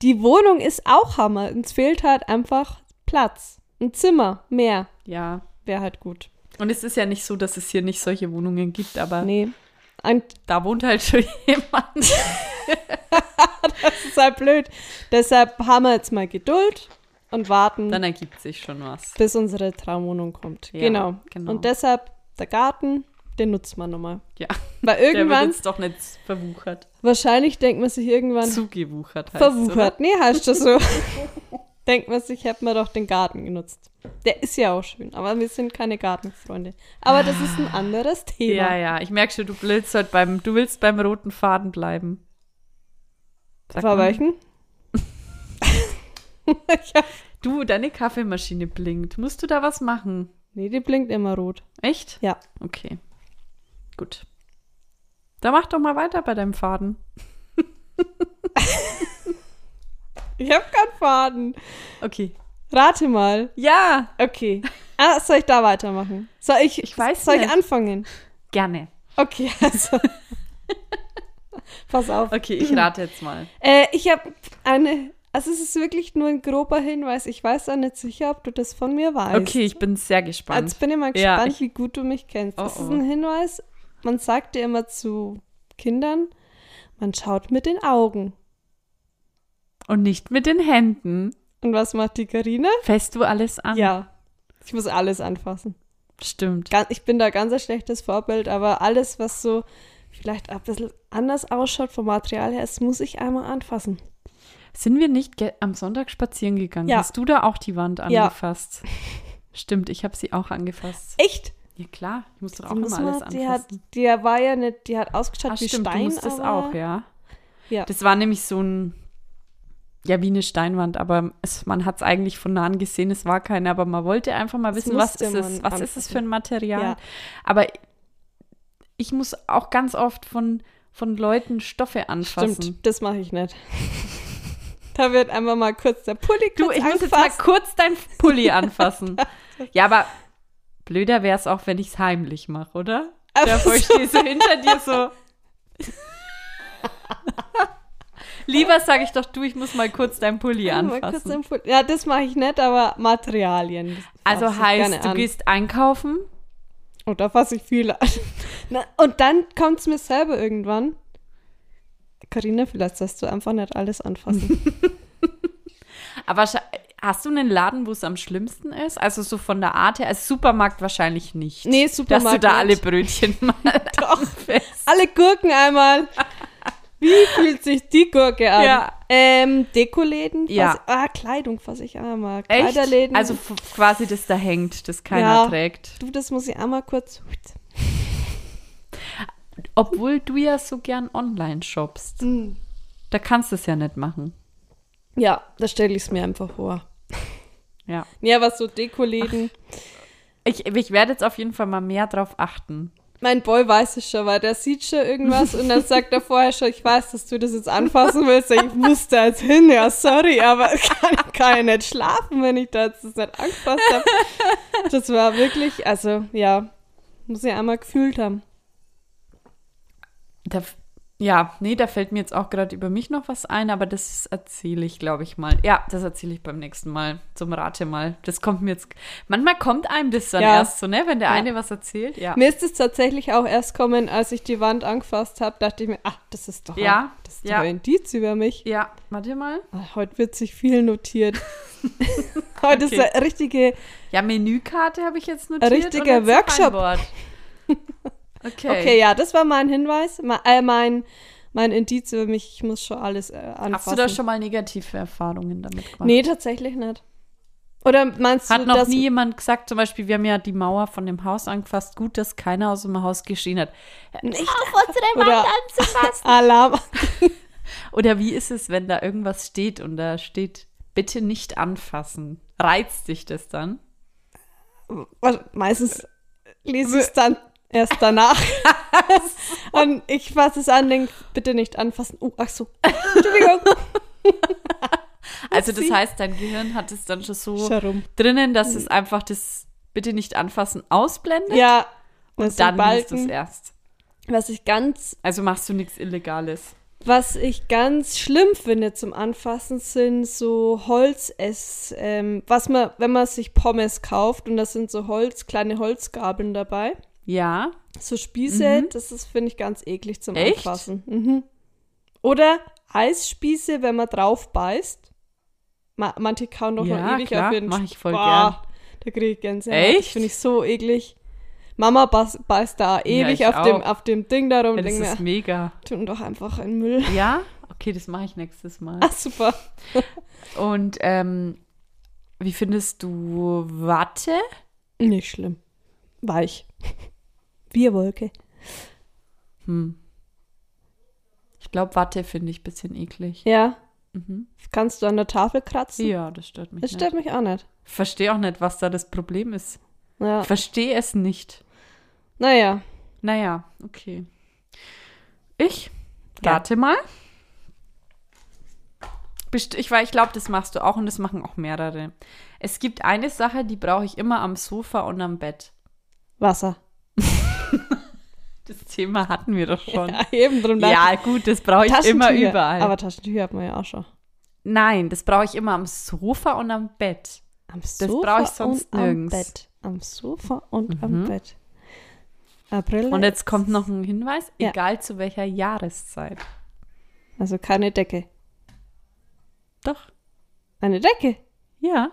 Speaker 2: die Wohnung ist auch Hammer. Uns fehlt halt einfach Platz. Ein Zimmer, mehr,
Speaker 3: Ja.
Speaker 2: wäre halt gut.
Speaker 3: Und es ist ja nicht so, dass es hier nicht solche Wohnungen gibt, aber
Speaker 2: Nee. Ein,
Speaker 3: da wohnt halt schon jemand.
Speaker 2: das ist halt blöd. Deshalb haben wir jetzt mal Geduld und warten,
Speaker 3: Dann ergibt sich schon was.
Speaker 2: bis unsere Traumwohnung kommt.
Speaker 3: Ja,
Speaker 2: genau.
Speaker 3: genau.
Speaker 2: Und deshalb der Garten, den nutzt man nochmal.
Speaker 3: Ja.
Speaker 2: Weil
Speaker 3: Der wird
Speaker 2: irgendwann,
Speaker 3: jetzt doch nicht verwuchert.
Speaker 2: wahrscheinlich denkt man sich irgendwann,
Speaker 3: Zugewuchert heißt
Speaker 2: Verwuchert, nee, heißt das so. Denkt man sich, hätten wir doch den Garten genutzt. Der ist ja auch schön, aber wir sind keine Gartenfreunde. Aber das ist ein anderes Thema.
Speaker 3: Ah. Ja, ja, ich merke schon, du willst heute beim, du willst beim roten Faden bleiben. Sag
Speaker 2: War
Speaker 3: mal.
Speaker 2: welchen? ich hab,
Speaker 3: Du, deine Kaffeemaschine blinkt. Musst du da was machen?
Speaker 2: nee, die blinkt immer rot.
Speaker 3: Echt?
Speaker 2: Ja.
Speaker 3: Okay. Gut. Da mach doch mal weiter bei deinem Faden.
Speaker 2: Ich hab keinen Faden.
Speaker 3: Okay.
Speaker 2: Rate mal.
Speaker 3: Ja,
Speaker 2: Okay. Ah, soll ich da weitermachen? Soll ich,
Speaker 3: Ich weiß
Speaker 2: soll ich
Speaker 3: nicht.
Speaker 2: anfangen?
Speaker 3: gerne.
Speaker 2: Okay, also. Pass auf.
Speaker 3: Okay, ich rate jetzt mal.
Speaker 2: Äh, ich habe eine. Also, es ist wirklich nur ein grober Hinweis. Ich weiß auch nicht sicher, ob du das von mir weißt.
Speaker 3: Okay, ich bin sehr
Speaker 2: Jetzt
Speaker 3: gespannt.
Speaker 2: bin ich mal
Speaker 3: Ja,
Speaker 2: gespannt,
Speaker 3: ich-
Speaker 2: wie gut du mich kennst.
Speaker 3: Oh,
Speaker 2: es ist
Speaker 3: oh.
Speaker 2: ein Hinweis. Man sagt dir immer zu Kindern, man schaut mit den Augen.
Speaker 3: Und nicht mit den Händen.
Speaker 2: Und was macht die Karina?
Speaker 3: Fässt du alles an?
Speaker 2: Ja. Ich muss alles anfassen.
Speaker 3: Stimmt.
Speaker 2: Gan- Ich bin da ganz ein schlechtes Vorbild, aber alles, was so vielleicht ein bisschen anders ausschaut vom Material her, das muss ich einmal anfassen.
Speaker 3: Sind wir nicht ge- am Sonntag spazieren gegangen?
Speaker 2: Ja.
Speaker 3: Hast du da auch die Wand
Speaker 2: Ja.
Speaker 3: angefasst? Stimmt, ich habe sie auch angefasst.
Speaker 2: Echt?
Speaker 3: Ja klar, ich muss doch auch
Speaker 2: Die muss
Speaker 3: immer alles
Speaker 2: man- die hat,
Speaker 3: anfassen.
Speaker 2: die war ja nicht, die hat ausgeschaut
Speaker 3: Ah,
Speaker 2: wie
Speaker 3: stimmt,
Speaker 2: Stein.
Speaker 3: du musstest
Speaker 2: aber
Speaker 3: auch, ja.
Speaker 2: Ja.
Speaker 3: Das war nämlich so ein, ja, wie eine Steinwand, aber es, man hat es eigentlich von nahen gesehen, es war keine, aber man wollte einfach mal
Speaker 2: Das
Speaker 3: wissen, was
Speaker 2: musste
Speaker 3: ist es,
Speaker 2: man
Speaker 3: was ist es
Speaker 2: anfassen.
Speaker 3: für ein Material.
Speaker 2: Ja.
Speaker 3: Aber ich muss auch ganz oft von, von Leuten Stoffe anfassen.
Speaker 2: Stimmt, das mache ich nicht. da wird einmal mal kurz der Pulli
Speaker 3: Du,
Speaker 2: kurz
Speaker 3: ich muss jetzt mal
Speaker 2: angefasst.
Speaker 3: kurz dein Pulli anfassen. ja, aber blöder wäre es auch, wenn ich es heimlich mache, oder?
Speaker 2: Aber
Speaker 3: Davor ich stehe so hinter dir so. Lieber sage ich doch, du, ich muss mal kurz deinen Pulli
Speaker 2: Ja, mal kurz
Speaker 3: anfassen.
Speaker 2: den Pulli- ja, das mache ich nicht, aber Materialien. das fass
Speaker 3: Also
Speaker 2: ich gerne
Speaker 3: heißt, du
Speaker 2: an.
Speaker 3: gehst einkaufen.
Speaker 2: Oh, da fasse ich viel an. Na, und dann kommt es mir selber irgendwann. Karina, vielleicht sollst du einfach nicht alles anfassen.
Speaker 3: Aber scha- hast du einen Laden, wo es am schlimmsten ist? Also so von der Art her, als Supermarkt wahrscheinlich nicht.
Speaker 2: Nee,
Speaker 3: Dass du
Speaker 2: Supermarkt
Speaker 3: da alle
Speaker 2: nicht.
Speaker 3: Brötchen mal
Speaker 2: Doch.
Speaker 3: anfährst.
Speaker 2: alle Gurken einmal. Wie fühlt sich die Gurke an?
Speaker 3: Ja.
Speaker 2: Ähm, Dekoläden? fass-
Speaker 3: Ja.
Speaker 2: Ah, Kleidung fasse ich einmal.
Speaker 3: Echt?
Speaker 2: Kleiderläden.
Speaker 3: Also f- quasi, das da hängt, das keiner
Speaker 2: Ja.
Speaker 3: trägt.
Speaker 2: du, das muss ich einmal kurz.
Speaker 3: Obwohl du ja so gern online shoppst. Da kannst du es ja nicht machen.
Speaker 2: Ja, da stelle ich es mir einfach vor.
Speaker 3: Ja.
Speaker 2: Ja, was so Dekoläden.
Speaker 3: Ich, ich werde jetzt auf jeden Fall mal mehr drauf achten.
Speaker 2: Mein Boy weiß es schon, weil der sieht schon irgendwas und dann sagt er vorher schon, ich weiß, dass du das jetzt anfassen willst. Ich muss da jetzt hin, ja, sorry, aber kann, kann ich nicht schlafen, wenn ich da jetzt das nicht angefasst habe. Das war wirklich, also ja, muss ich einmal gefühlt haben.
Speaker 3: Da, f- ja, nee, da fällt mir jetzt auch gerade über mich noch was ein, aber das erzähle ich, glaube ich, mal. Ja, das erzähle ich beim nächsten Mal zum Rate mal. Das kommt mir jetzt. Manchmal kommt einem das dann
Speaker 2: Ja.
Speaker 3: erst so, ne? Wenn der
Speaker 2: Ja.
Speaker 3: eine was erzählt. Ja.
Speaker 2: Mir ist es tatsächlich auch erst kommen, als ich die Wand angefasst habe, dachte ich mir, ach, das ist doch,
Speaker 3: Ja,
Speaker 2: das ist
Speaker 3: ja.
Speaker 2: doch ein Indiz über mich.
Speaker 3: Ja, warte mal.
Speaker 2: Ah, Heute wird sich viel notiert. Heute ist
Speaker 3: Okay.
Speaker 2: eine richtige
Speaker 3: Ja, Menükarte habe ich jetzt notiert.
Speaker 2: richtiger
Speaker 3: und jetzt ein
Speaker 2: Workshop.
Speaker 3: Feinboard. Okay.
Speaker 2: Okay, ja, das war mein Hinweis, mein, äh, mein, mein Indiz über mich. Ich muss schon alles äh, anfassen.
Speaker 3: Hast du da schon mal negative Erfahrungen damit gemacht?
Speaker 2: Nee, tatsächlich nicht. Oder meinst
Speaker 3: Hat
Speaker 2: du,
Speaker 3: noch
Speaker 2: dass
Speaker 3: nie jemand gesagt, zum Beispiel, wir haben ja die Mauer von dem Haus angefasst. Gut, dass keiner aus dem Haus geschrien hat.
Speaker 2: Nicht
Speaker 3: auf unsere
Speaker 2: oder
Speaker 3: anzufassen.
Speaker 2: Alarm?
Speaker 3: Oder wie ist es, wenn da irgendwas steht und da steht, bitte nicht anfassen? Reizt dich das dann?
Speaker 2: Was- Also, Meistens lese ich es dann erst danach. Und ich fasse es an, denke, bitte nicht anfassen. Oh, ach so. Entschuldigung.
Speaker 3: Also, das
Speaker 2: Upsi.
Speaker 3: heißt, dein Gehirn hat es dann schon so
Speaker 2: Schon rum.
Speaker 3: drinnen, dass es einfach das bitte nicht anfassen ausblendet.
Speaker 2: Ja. Und
Speaker 3: dann liest du es
Speaker 2: Balken,
Speaker 3: erst.
Speaker 2: was ich ganz
Speaker 3: Also machst du nichts Illegales.
Speaker 2: Was ich ganz schlimm finde zum Anfassen sind so Holzess, ähm, was man, wenn man sich Pommes kauft und das sind so Holz, kleine Holzgabeln dabei,
Speaker 3: Ja.
Speaker 2: so Spieße, das ist finde ich ganz eklig zum
Speaker 3: Mhm. Echt?
Speaker 2: Anfassen. Mhm. Oder Eisspieße, wenn man drauf beißt. Ma manche kauen doch
Speaker 3: Ja,
Speaker 2: noch ewig
Speaker 3: klar,
Speaker 2: auf ihren
Speaker 3: mach ich voll
Speaker 2: Boah, Da kriege ich Gänsehaut. Das
Speaker 3: Echt?
Speaker 2: finde ich so eklig. Mama bas- beißt da ewig
Speaker 3: ich
Speaker 2: auf, dem,
Speaker 3: auch.
Speaker 2: auf dem Ding darum.
Speaker 3: Ja,
Speaker 2: und
Speaker 3: das
Speaker 2: Oh, denk mir,
Speaker 3: ist mega.
Speaker 2: tun doch einfach in den Müll.
Speaker 3: Ja? Okay, das mache ich nächstes Mal.
Speaker 2: Ah, super.
Speaker 3: Und ähm, wie findest du Watte?
Speaker 2: Nicht schlimm. Weich. Bierwolke.
Speaker 3: Hm. Ich glaube, Watte finde ich ein bisschen eklig.
Speaker 2: Ja.
Speaker 3: Mhm.
Speaker 2: Kannst du an der Tafel kratzen?
Speaker 3: Ja, das stört mich
Speaker 2: Das
Speaker 3: nicht.
Speaker 2: stört mich auch nicht.
Speaker 3: Ich verstehe auch nicht, was da das Problem ist.
Speaker 2: Ja.
Speaker 3: Verstehe es nicht.
Speaker 2: Naja.
Speaker 3: Naja, okay. Ich
Speaker 2: Ja.
Speaker 3: rate mal. Best ich weil ich glaube, das machst du auch und das machen auch mehrere. Es gibt eine Sache, die brauche ich immer am Sofa und am Bett.
Speaker 2: Wasser.
Speaker 3: Das Thema hatten wir doch schon.
Speaker 2: Ja, eben drum
Speaker 3: Ja,
Speaker 2: lacht-
Speaker 3: gut, das brauche ich immer
Speaker 2: Taschentücher.
Speaker 3: überall.
Speaker 2: Aber Taschentücher hat man ja auch schon.
Speaker 3: Nein, das brauche ich immer am Sofa und am Bett.
Speaker 2: Am
Speaker 3: brauch ich sonst
Speaker 2: und
Speaker 3: nirgends.
Speaker 2: am Bett. Am Sofa und
Speaker 3: Mhm.
Speaker 2: am Bett. April.
Speaker 3: Und jetzt kommt noch ein Hinweis,
Speaker 2: Ja.
Speaker 3: egal zu welcher Jahreszeit.
Speaker 2: Also keine Decke.
Speaker 3: Doch,
Speaker 2: Eine Decke.
Speaker 3: ja.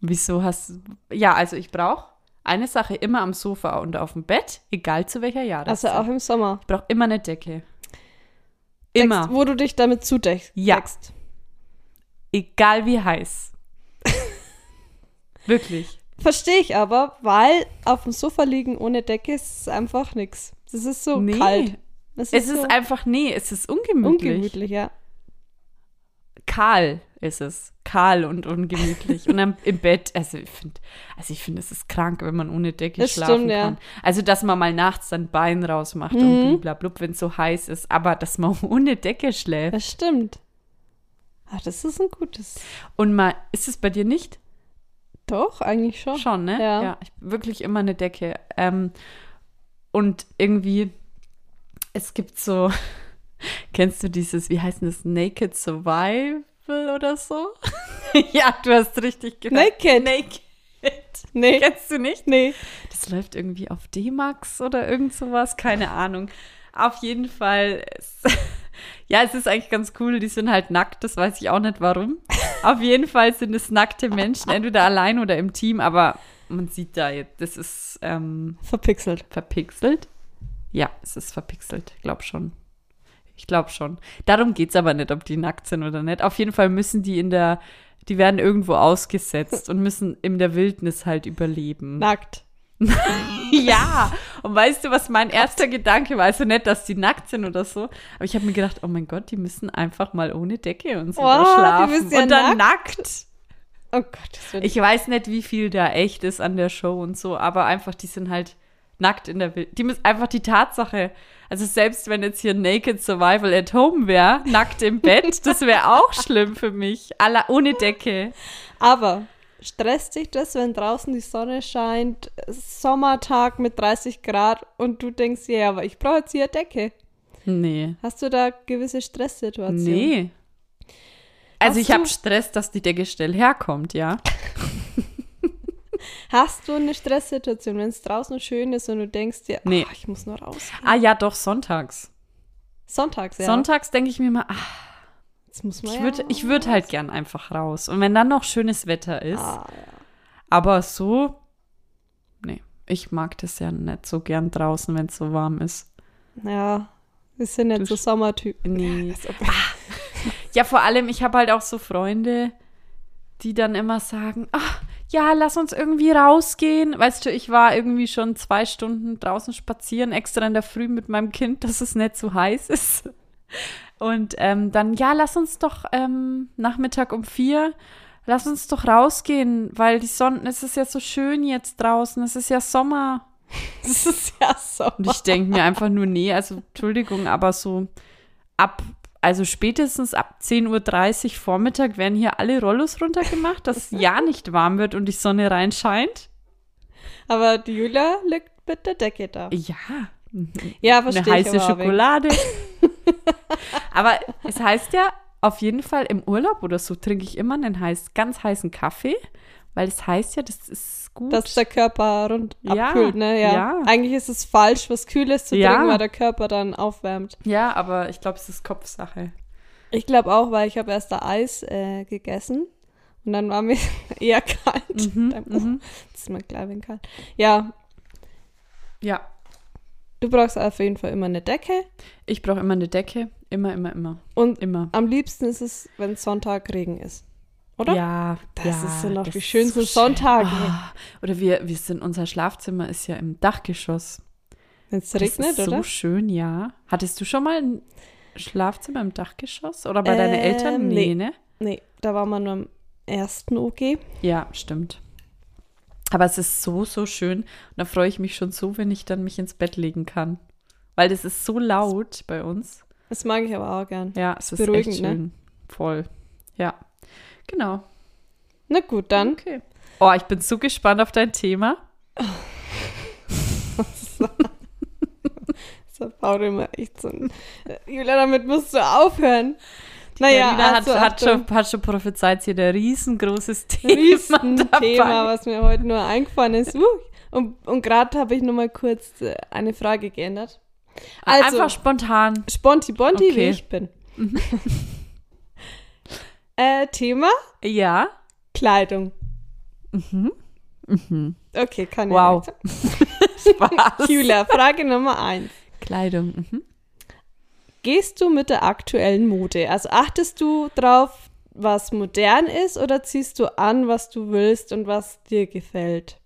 Speaker 3: Wieso hast du. Ja, also ich brauche eine Sache immer am Sofa und auf dem Bett, egal zu welcher
Speaker 2: Also
Speaker 3: Jahreszeit.
Speaker 2: auch im Sommer.
Speaker 3: ich brauche immer eine Decke. Immer.
Speaker 2: Deckst, wo du dich damit zudeckst.
Speaker 3: Ja.
Speaker 2: deckst.
Speaker 3: Egal wie heiß. Wirklich.
Speaker 2: Verstehe ich aber, weil auf dem Sofa liegen ohne Decke ist einfach nichts. Es ist so
Speaker 3: Nee.
Speaker 2: kalt.
Speaker 3: Es ist
Speaker 2: so
Speaker 3: einfach, nee, es ist ungemütlich.
Speaker 2: ungemütlich, ja.
Speaker 3: Kahl ist es. Kahl und ungemütlich. und am, im Bett, also ich finde, also ich finde, es ist krank, wenn man ohne Decke
Speaker 2: Das
Speaker 3: schlafen
Speaker 2: stimmt, ja.
Speaker 3: kann. Also, dass man mal nachts sein Bein rausmacht
Speaker 2: Mhm.
Speaker 3: und blablabla, wenn es so heiß ist, aber dass man ohne Decke schläft.
Speaker 2: Das stimmt. Ach, das ist ein gutes.
Speaker 3: Und mal, ist es bei dir nicht?
Speaker 2: Doch, eigentlich schon.
Speaker 3: Schon, ne?
Speaker 2: Ja.
Speaker 3: ich, wirklich immer eine Decke. Ähm, und irgendwie, es gibt so, kennst du dieses, wie heißt denn das, Naked Survival oder so? ja, du hast richtig gehört.
Speaker 2: Naked?
Speaker 3: Naked.
Speaker 2: Nee.
Speaker 3: Kennst du nicht?
Speaker 2: Nee.
Speaker 3: Das läuft irgendwie auf D-Max oder irgend sowas, keine Ahnung. Auf jeden Fall, es, ja, es ist eigentlich ganz cool, die sind halt nackt, das weiß ich auch nicht warum. Auf jeden Fall sind es nackte Menschen, entweder allein oder im Team, aber man sieht da jetzt, das ist ähm,
Speaker 2: Verpixelt.
Speaker 3: verpixelt. Ja, es ist verpixelt, glaub schon. Ich glaube schon. Darum geht es aber nicht, ob die nackt sind oder nicht. Auf jeden Fall müssen die in der, die werden irgendwo ausgesetzt und müssen in der Wildnis halt überleben.
Speaker 2: Nackt.
Speaker 3: Ja, und weißt du, was mein erster Gedanke war? Also nicht, dass die nackt sind oder so, aber ich habe mir gedacht, oh mein Gott, die müssen einfach mal ohne Decke und so
Speaker 2: Oh,
Speaker 3: da
Speaker 2: die
Speaker 3: schlafen
Speaker 2: müssen ja
Speaker 3: und dann nackt.
Speaker 2: Oh Gott, das wird
Speaker 3: Ich weiß nicht, wie viel da echt ist an der Show und so, aber einfach, die sind halt nackt in der Welt. Die müssen einfach die Tatsache, also selbst wenn jetzt hier Naked Survival at Home wäre, nackt im Bett, das wäre auch schlimm für mich, Alla, ohne Decke.
Speaker 2: Aber stresst dich das, wenn draußen die Sonne scheint, Sommertag mit 30 Grad und du denkst, ja, aber ich brauche jetzt hier eine Decke.
Speaker 3: Nee.
Speaker 2: Hast du da gewisse Stresssituationen?
Speaker 3: Nee. Also
Speaker 2: Hast
Speaker 3: ich habe
Speaker 2: du-
Speaker 3: Stress, dass die Decke schnell herkommt, ja.
Speaker 2: Hast du eine Stresssituation, wenn es draußen schön ist und du denkst dir,
Speaker 3: Nee.
Speaker 2: ah, ich muss nur raus.
Speaker 3: Ah ja, doch, sonntags.
Speaker 2: Sonntags, ja.
Speaker 3: Sonntags denke ich mir mal, ach,
Speaker 2: Jetzt muss man
Speaker 3: ich
Speaker 2: ja
Speaker 3: würde ich würd halt gern einfach raus. Und wenn dann noch schönes Wetter ist,
Speaker 2: Ah,
Speaker 3: aber so, nee, ich mag das ja nicht so gern draußen, wenn es so warm ist.
Speaker 2: ja, wir sind nicht
Speaker 3: Du
Speaker 2: so
Speaker 3: sch-
Speaker 2: Sommertypen.
Speaker 3: Nee. Ah.
Speaker 2: Als ob-
Speaker 3: Ja, vor allem, ich habe halt auch so Freunde, die dann immer sagen, ach, ja, lass uns irgendwie rausgehen. Weißt du, ich war irgendwie schon zwei Stunden draußen spazieren, extra in der Früh mit meinem Kind, dass es nicht so heiß ist. Und ähm, dann, ja, lass uns doch ähm, Nachmittag um vier, lass uns doch rausgehen, weil die Sonne, es ist ja so schön jetzt draußen, es ist ja Sommer.
Speaker 2: Das ist ja
Speaker 3: Und
Speaker 2: Sommer.
Speaker 3: ich denke mir einfach nur, nee, also Entschuldigung, aber so ab, also spätestens ab 10.30 Uhr Vormittag werden hier alle Rollos runtergemacht, dass es ja nicht warm wird und die Sonne reinscheint.
Speaker 2: Aber die Julia liegt mit der Decke da.
Speaker 3: Ja.
Speaker 2: Ja,
Speaker 3: Eine
Speaker 2: verstehe ich.
Speaker 3: heiße
Speaker 2: aber auch wegen-
Speaker 3: Schokolade. aber es heißt ja, auf jeden Fall im Urlaub oder so trinke ich immer einen heiß, ganz heißen Kaffee, weil es heißt ja, das ist gut.
Speaker 2: Dass der Körper rund
Speaker 3: Ja,
Speaker 2: abkühlt, ne? Ja.
Speaker 3: ja.
Speaker 2: Eigentlich ist es falsch, was Kühles zu
Speaker 3: Ja.
Speaker 2: trinken, weil der Körper dann aufwärmt.
Speaker 3: ja, aber ich glaube, es ist Kopfsache.
Speaker 2: Ich glaube auch, weil ich habe erst da Eis äh, gegessen und dann war mir eher kalt.
Speaker 3: Mhm,
Speaker 2: dann, oh, Das ist mir klar, wenn kalt. Ja,
Speaker 3: Ja,
Speaker 2: du brauchst auf jeden Fall immer eine Decke
Speaker 3: ich brauche immer eine Decke. Immer, immer, immer.
Speaker 2: und
Speaker 3: Immer.
Speaker 2: am liebsten ist es, wenn Sonntag Regen ist. Oder?
Speaker 3: Ja,
Speaker 2: Das
Speaker 3: ja,
Speaker 2: ist sind auch die
Speaker 3: das
Speaker 2: schönsten
Speaker 3: ist so schön.
Speaker 2: Sonntage.
Speaker 3: Ah, oder wir, wir sind, unser Schlafzimmer ist ja im Dachgeschoss.
Speaker 2: Wenn es
Speaker 3: Das
Speaker 2: regnet,
Speaker 3: ist so
Speaker 2: oder?
Speaker 3: schön, ja. Hattest du schon mal ein Schlafzimmer im Dachgeschoss? Oder bei deinen
Speaker 2: Ähm,
Speaker 3: Eltern?
Speaker 2: nee.
Speaker 3: Nee, ne?
Speaker 2: Nee, da war man nur im ersten OG.
Speaker 3: Ja, stimmt. Aber es ist so, so schön. Und da freue ich mich schon so, wenn ich dann mich ins Bett legen kann. Weil das ist so laut bei uns.
Speaker 2: Das mag ich aber auch gern.
Speaker 3: Ja, es ist,
Speaker 2: beruhigend, ne?
Speaker 3: echt schön. Voll. Ja. Genau.
Speaker 2: Na gut, dann.
Speaker 3: Okay. Oh, ich bin so gespannt auf dein Thema.
Speaker 2: So Paul immer echt so ein, Julia, damit musst du aufhören. Naja,
Speaker 3: Marina
Speaker 2: also
Speaker 3: hat, hat,
Speaker 2: Achtung,
Speaker 3: schon, hat schon prophezeit, sie hat ein riesengroßes Thema dabei.
Speaker 2: Riesenthema, was mir heute nur eingefallen ist. Uh, und und gerade habe ich nochmal kurz äh, eine Frage geändert. Also,
Speaker 3: Ah, Einfach spontan.
Speaker 2: Sponti Bonti,
Speaker 3: Okay. Mhm.
Speaker 2: wie ich bin. äh, Thema
Speaker 3: Ja.
Speaker 2: Kleidung. Mhm. Okay, kann
Speaker 3: Wow.
Speaker 2: ich.
Speaker 3: Spaß.
Speaker 2: Julia, Frage Nummer eins.
Speaker 3: Kleidung. Mhm.
Speaker 2: Gehst du mit der aktuellen Mode? Also achtest du drauf, was modern ist oder ziehst du an, was du willst und was dir gefällt?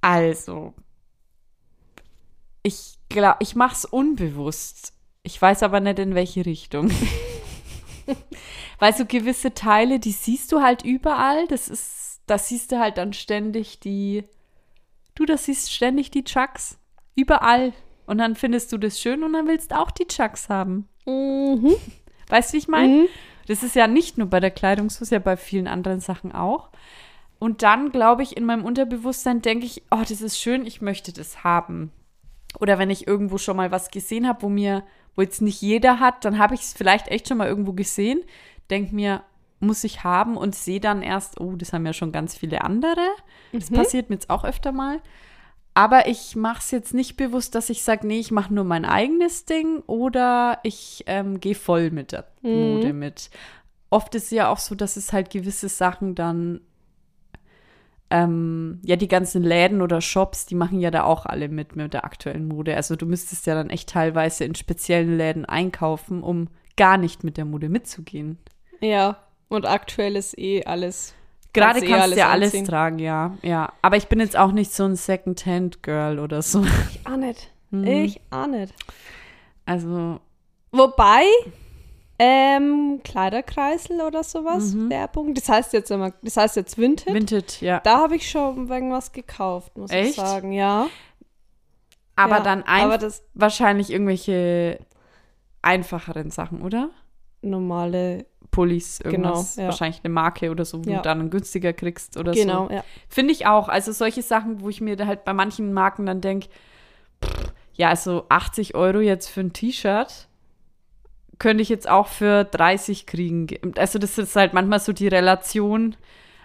Speaker 3: Also, ich glaube, ich mache es unbewusst. Ich weiß aber nicht, in welche Richtung. Weil so gewisse Teile, die siehst du halt überall. Das ist, da siehst du halt dann ständig die. Du, das siehst ständig die Chucks. Überall. Und dann findest du das schön und dann willst auch die Chucks haben.
Speaker 2: Mhm.
Speaker 3: Weißt du, wie ich meine?
Speaker 2: Mhm.
Speaker 3: Das ist ja nicht nur bei der Kleidung so, ist ja bei vielen anderen Sachen auch. Und dann glaube ich, in meinem Unterbewusstsein denke ich, oh, das ist schön, ich möchte das haben. Oder wenn ich irgendwo schon mal was gesehen habe, wo mir, wo jetzt nicht jeder hat, dann habe ich es vielleicht echt schon mal irgendwo gesehen, denke mir, muss ich haben und sehe dann erst, oh, das haben ja schon ganz viele andere. Das passiert mir jetzt auch öfter mal. Aber ich mache es jetzt nicht bewusst, dass ich sage, nee, ich mache nur mein eigenes Ding oder ich ähm, gehe voll mit der Mode mit. Oft ist es ja auch so, dass es halt gewisse Sachen dann, ähm, ja, die ganzen Läden oder Shops, die machen ja da auch alle mit mit der aktuellen Mode. Also du müsstest ja dann echt teilweise in speziellen Läden einkaufen, um gar nicht mit der Mode mitzugehen.
Speaker 2: Ja, und aktuell ist eh alles.
Speaker 3: Gerade
Speaker 2: eh
Speaker 3: kannst du ja alles
Speaker 2: anziehen.
Speaker 3: tragen, ja, ja. Aber ich bin jetzt auch nicht so ein Second-Hand-Girl oder so. Hm,
Speaker 2: Ich auch nicht. Ich auch nicht.
Speaker 3: Also
Speaker 2: Wobei, ähm, Kleiderkreisel oder sowas, Werbung, das heißt jetzt immer, das heißt jetzt Vinted.
Speaker 3: Vinted, ja.
Speaker 2: da habe ich schon irgendwas gekauft, muss ich
Speaker 3: Echt?
Speaker 2: sagen, ja.
Speaker 3: aber
Speaker 2: ja,
Speaker 3: dann ein
Speaker 2: aber das-
Speaker 3: wahrscheinlich irgendwelche einfacheren Sachen, oder?
Speaker 2: Normale,
Speaker 3: Pullis, irgendwas,
Speaker 2: Genau, ja.
Speaker 3: wahrscheinlich eine Marke oder so, wo
Speaker 2: Ja.
Speaker 3: du dann günstiger kriegst oder so.
Speaker 2: genau, ja.
Speaker 3: Finde ich auch. Also solche Sachen, wo ich mir da halt bei manchen Marken dann denke, ja, also 80 Euro jetzt für ein T-Shirt könnte ich jetzt auch für 30 kriegen. Also das ist halt manchmal so die Relation.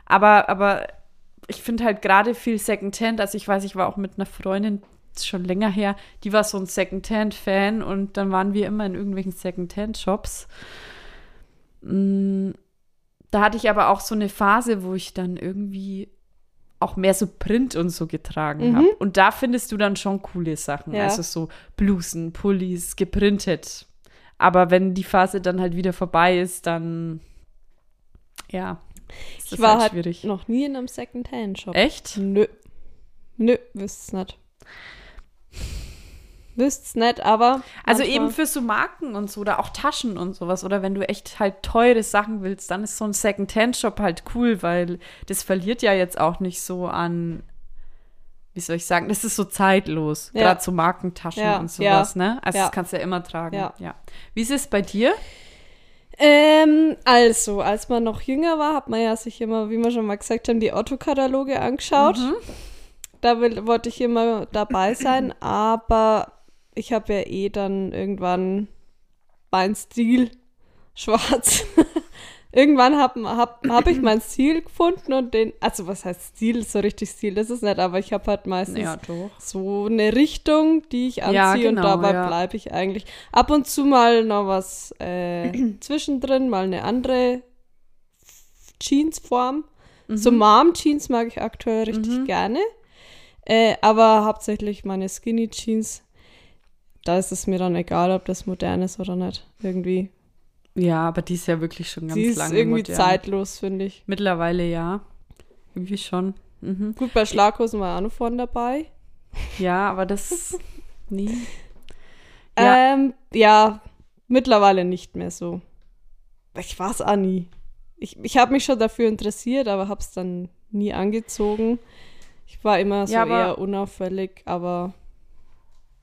Speaker 3: Aber, aber ich finde halt gerade viel Secondhand. Also ich weiß, ich war auch mit einer Freundin ist schon länger her, die war so ein Secondhand-Fan und dann waren wir immer in irgendwelchen Secondhand-Shops. Mm, Da hatte ich aber auch so eine Phase, wo ich dann irgendwie auch mehr so Print und so getragen habe. Und da findest du dann schon coole Sachen.
Speaker 2: Mhm. Ja.
Speaker 3: Also so Blusen, Pullis, geprintet. Aber wenn die Phase dann halt wieder vorbei ist, dann ja, ist
Speaker 2: Ich war
Speaker 3: halt
Speaker 2: halt
Speaker 3: schwierig.
Speaker 2: noch nie in einem Second-Hand-Shop.
Speaker 3: Echt?
Speaker 2: Nö. Nö, wüsst's nicht. Wüsst's nicht, aber.
Speaker 3: Also
Speaker 2: manchmal-
Speaker 3: eben für so Marken und so oder auch Taschen und sowas oder wenn du echt halt teure Sachen willst, dann ist so ein Second-Hand-Shop halt cool, weil das verliert ja jetzt auch nicht so an, wie soll ich sagen, das ist so zeitlos,
Speaker 2: Ja.
Speaker 3: gerade so Markentaschen
Speaker 2: Ja,
Speaker 3: und sowas,
Speaker 2: ja,
Speaker 3: ne? Also
Speaker 2: ja.
Speaker 3: das kannst du ja immer tragen.
Speaker 2: Ja.
Speaker 3: Wie ist es bei dir?
Speaker 2: Ähm, also, als man noch jünger war, hat man ja sich immer, wie wir schon mal gesagt haben, die Otto-Kataloge
Speaker 3: Mhm.
Speaker 2: angeschaut. Da will, wollte ich immer dabei sein, aber ich habe ja eh dann irgendwann meinen Stil schwarz. irgendwann habe hab, hab ich meinen Stil gefunden und den, also was heißt Stil, so richtig Stil ist es nicht, aber ich habe halt meistens
Speaker 3: Ja, doch.
Speaker 2: so eine Richtung, die ich anziehe
Speaker 3: Ja,
Speaker 2: und
Speaker 3: genau,
Speaker 2: dabei
Speaker 3: ja.
Speaker 2: bleibe ich eigentlich. Ab und zu mal noch was äh, zwischendrin, mal eine andere Jeansform.
Speaker 3: Mhm.
Speaker 2: So Mom-Jeans mag ich aktuell richtig gerne, äh, aber hauptsächlich meine Skinny-Jeans. Da ist es mir dann egal, ob das modern ist oder nicht. Irgendwie.
Speaker 3: Ja, aber die ist ja wirklich schon ganz
Speaker 2: Sie ist
Speaker 3: lange
Speaker 2: irgendwie
Speaker 3: modern.
Speaker 2: zeitlos, finde ich.
Speaker 3: Mittlerweile ja. Irgendwie schon. Mhm.
Speaker 2: Gut, bei Schlaghosen war auch noch vorne dabei.
Speaker 3: Ja, aber das. Nee. Ja.
Speaker 2: Ähm, ja, mittlerweile nicht mehr so. Ich war's auch nie. Ich, ich habe mich schon dafür interessiert, aber hab's dann nie angezogen. Ich war immer so
Speaker 3: Ja, aber-
Speaker 2: eher unauffällig, aber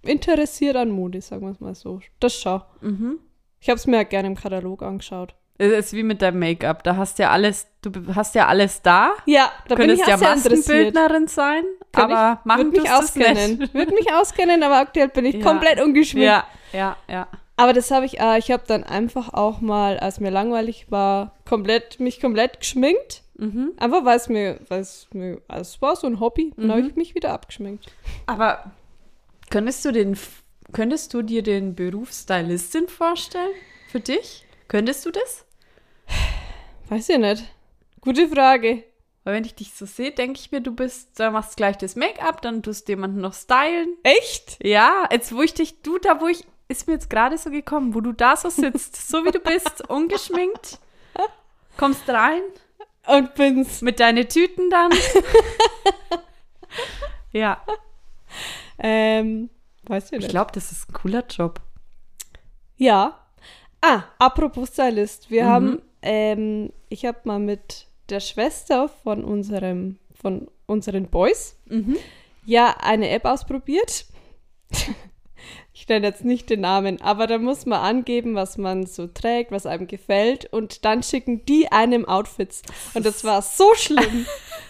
Speaker 2: interessiert an Mode, sagen wir es mal so. Das schau.
Speaker 3: Mhm.
Speaker 2: Ich hab's mir halt gerne im Katalog angeschaut.
Speaker 3: Es ist wie mit deinem Make-up. Da hast ja alles, du be- hast ja alles da.
Speaker 2: Ja, da
Speaker 3: Du
Speaker 2: bin ich
Speaker 3: könntest ja
Speaker 2: auch sehr interessiert.
Speaker 3: Maskenbildnerin sein,
Speaker 2: Könnt ich-
Speaker 3: aber machen
Speaker 2: Würde mich
Speaker 3: tust du's
Speaker 2: auskennen.
Speaker 3: nicht.
Speaker 2: Würde mich auskennen, aber aktuell bin ich
Speaker 3: Ja.
Speaker 2: komplett ungeschminkt.
Speaker 3: Ja, ja, ja.
Speaker 2: Aber das habe ich, äh, ich habe dann einfach auch mal, als mir langweilig war, komplett, mich komplett geschminkt.
Speaker 3: Mhm.
Speaker 2: Einfach weil es mir, weil es mir, also es war so ein Hobby, dann habe ich mich wieder abgeschminkt.
Speaker 3: Aber könntest du den, könntest du dir den Beruf Stylistin vorstellen? Für dich? Könntest du das?
Speaker 2: Weiß ich nicht. Gute Frage.
Speaker 3: Weil wenn ich dich so sehe, denke ich mir, du bist, da machst gleich das Make-up, dann tust du jemanden noch stylen.
Speaker 2: Echt?
Speaker 3: Ja, jetzt wo ich dich, du da, wo ich ist mir jetzt gerade so gekommen, wo du da so sitzt, so wie du bist, ungeschminkt, kommst rein
Speaker 2: Und bin's.
Speaker 3: mit deinen Tüten dann. ja,
Speaker 2: Ähm, weißt du
Speaker 3: ich
Speaker 2: nicht.
Speaker 3: glaube, das ist ein cooler Job.
Speaker 2: Ja. Ah, apropos Stylist.
Speaker 3: Mhm.
Speaker 2: Wir haben, ähm, ich habe mal mit der Schwester von unserem, von unseren Boys
Speaker 3: Mhm.
Speaker 2: ja eine App ausprobiert. Ich nenne jetzt nicht den Namen, aber da muss man angeben, was man so trägt, was einem gefällt und dann schicken die einem Outfits. Und das war so schlimm.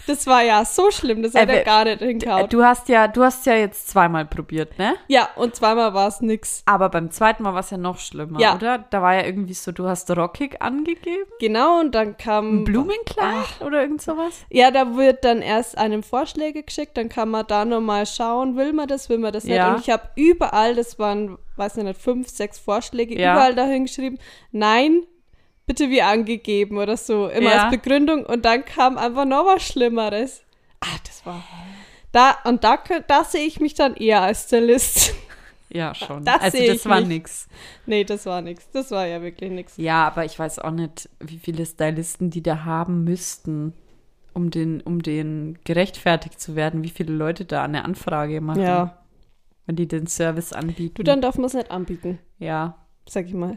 Speaker 2: Das war ja so schlimm, das hat
Speaker 3: Äh,
Speaker 2: er
Speaker 3: wir-
Speaker 2: gar nicht hingehauen.
Speaker 3: Du hast ja, du hast ja jetzt zweimal probiert, ne?
Speaker 2: Ja, und zweimal war es nix.
Speaker 3: Aber beim zweiten Mal war es ja noch schlimmer,
Speaker 2: Ja.
Speaker 3: oder? Da war ja irgendwie so, du hast rockig angegeben,
Speaker 2: Genau, und dann
Speaker 3: ein
Speaker 2: kam
Speaker 3: Blumenkleid oder irgend sowas.
Speaker 2: Ja, da wird dann erst einem Vorschläge geschickt, dann kann man da nochmal schauen, will man das, will man das
Speaker 3: Ja.
Speaker 2: nicht. Und ich habe überall, das waren, weiß nicht, fünf, sechs Vorschläge,
Speaker 3: Ja.
Speaker 2: überall dahin geschrieben, nein, bitte wie angegeben oder so, immer
Speaker 3: Ja.
Speaker 2: als Begründung. Und dann kam einfach noch was Schlimmeres. Ah, das war. Da, und da, kö- da sehe ich mich dann eher als Stylist.
Speaker 3: Ja, schon.
Speaker 2: Das
Speaker 3: also
Speaker 2: sehe
Speaker 3: das
Speaker 2: ich
Speaker 3: war
Speaker 2: nicht.
Speaker 3: nix.
Speaker 2: nee, das war nix. Das war ja wirklich nix.
Speaker 3: Ja, aber ich weiß auch nicht, wie viele Stylisten die da haben müssten, um den, um den gerechtfertigt zu werden, wie viele Leute da eine Anfrage machen,
Speaker 2: Ja.
Speaker 3: wenn die den Service anbieten.
Speaker 2: Du, dann darf man es nicht anbieten,
Speaker 3: ja.
Speaker 2: sag ich mal.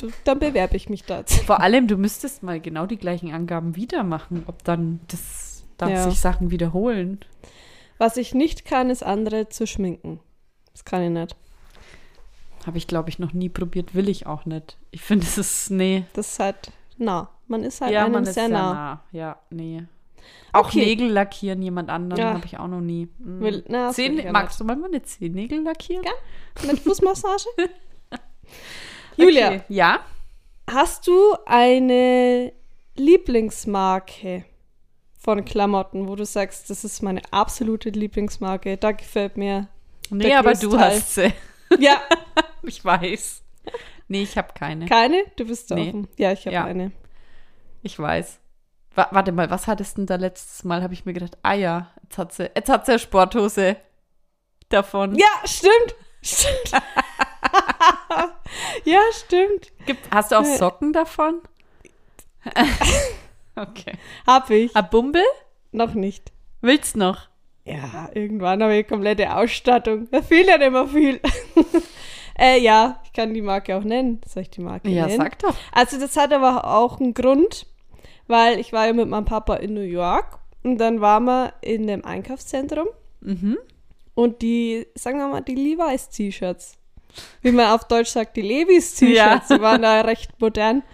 Speaker 2: Du, dann bewerbe ich mich da jetzt.
Speaker 3: Vor allem, du müsstest mal genau die gleichen Angaben wieder machen, ob dann das darf
Speaker 2: Ja.
Speaker 3: sich Sachen wiederholen.
Speaker 2: Was ich nicht kann, ist andere zu schminken. Das kann ich nicht.
Speaker 3: Habe ich, glaube ich, noch nie probiert, will ich auch nicht. Ich finde, es ist, nee.
Speaker 2: Das ist halt nah. Man ist halt einem sehr
Speaker 3: sehr
Speaker 2: nah.
Speaker 3: Ja, nee. Auch
Speaker 2: Okay.
Speaker 3: Nägel lackieren jemand anderen
Speaker 2: Ja.
Speaker 3: habe ich auch noch nie. Mhm.
Speaker 2: Will- na, das will ich
Speaker 3: Zehn,
Speaker 2: ja
Speaker 3: magst du manchmal eine Zehennägel lackieren?
Speaker 2: Ja. Mit Fußmassage? Julia,
Speaker 3: Okay. Ja?
Speaker 2: hast du eine Lieblingsmarke von Klamotten, wo du sagst, das ist meine absolute Lieblingsmarke, da gefällt mir.
Speaker 3: Nee, aber du
Speaker 2: Großteil.
Speaker 3: hast sie.
Speaker 2: Ja,
Speaker 3: Ich weiß. Nee, ich habe keine.
Speaker 2: keine? Du bist
Speaker 3: Nee.
Speaker 2: offen. Ja, ich habe
Speaker 3: Ja.
Speaker 2: eine.
Speaker 3: Ich weiß. Wa warte mal, was hattest du denn da letztes Mal? Habe ich mir gedacht, ah ja, jetzt hat sie, jetzt hat sie eine Sporthose davon.
Speaker 2: Ja, stimmt. Stimmt. ja, stimmt.
Speaker 3: Gibt, hast du auch
Speaker 2: Nee.
Speaker 3: Socken davon? okay.
Speaker 2: Hab ich.
Speaker 3: A Bumble?
Speaker 2: Noch nicht.
Speaker 3: Willst noch?
Speaker 2: Ja, irgendwann habe ich komplette Ausstattung. Da fehlt ja nicht mehr viel. äh, ja, ich kann die Marke auch nennen. Soll ich die Marke
Speaker 3: Ja,
Speaker 2: nennen?
Speaker 3: sag doch.
Speaker 2: Also das hat aber auch einen Grund, weil ich war ja mit meinem Papa in New York und dann waren wir in einem Einkaufszentrum
Speaker 3: Mhm.
Speaker 2: und die, sagen wir mal, die Levi's T-Shirts. Wie man auf Deutsch sagt, die Levi's T-Shirts,
Speaker 3: Ja.
Speaker 2: die waren da recht modern.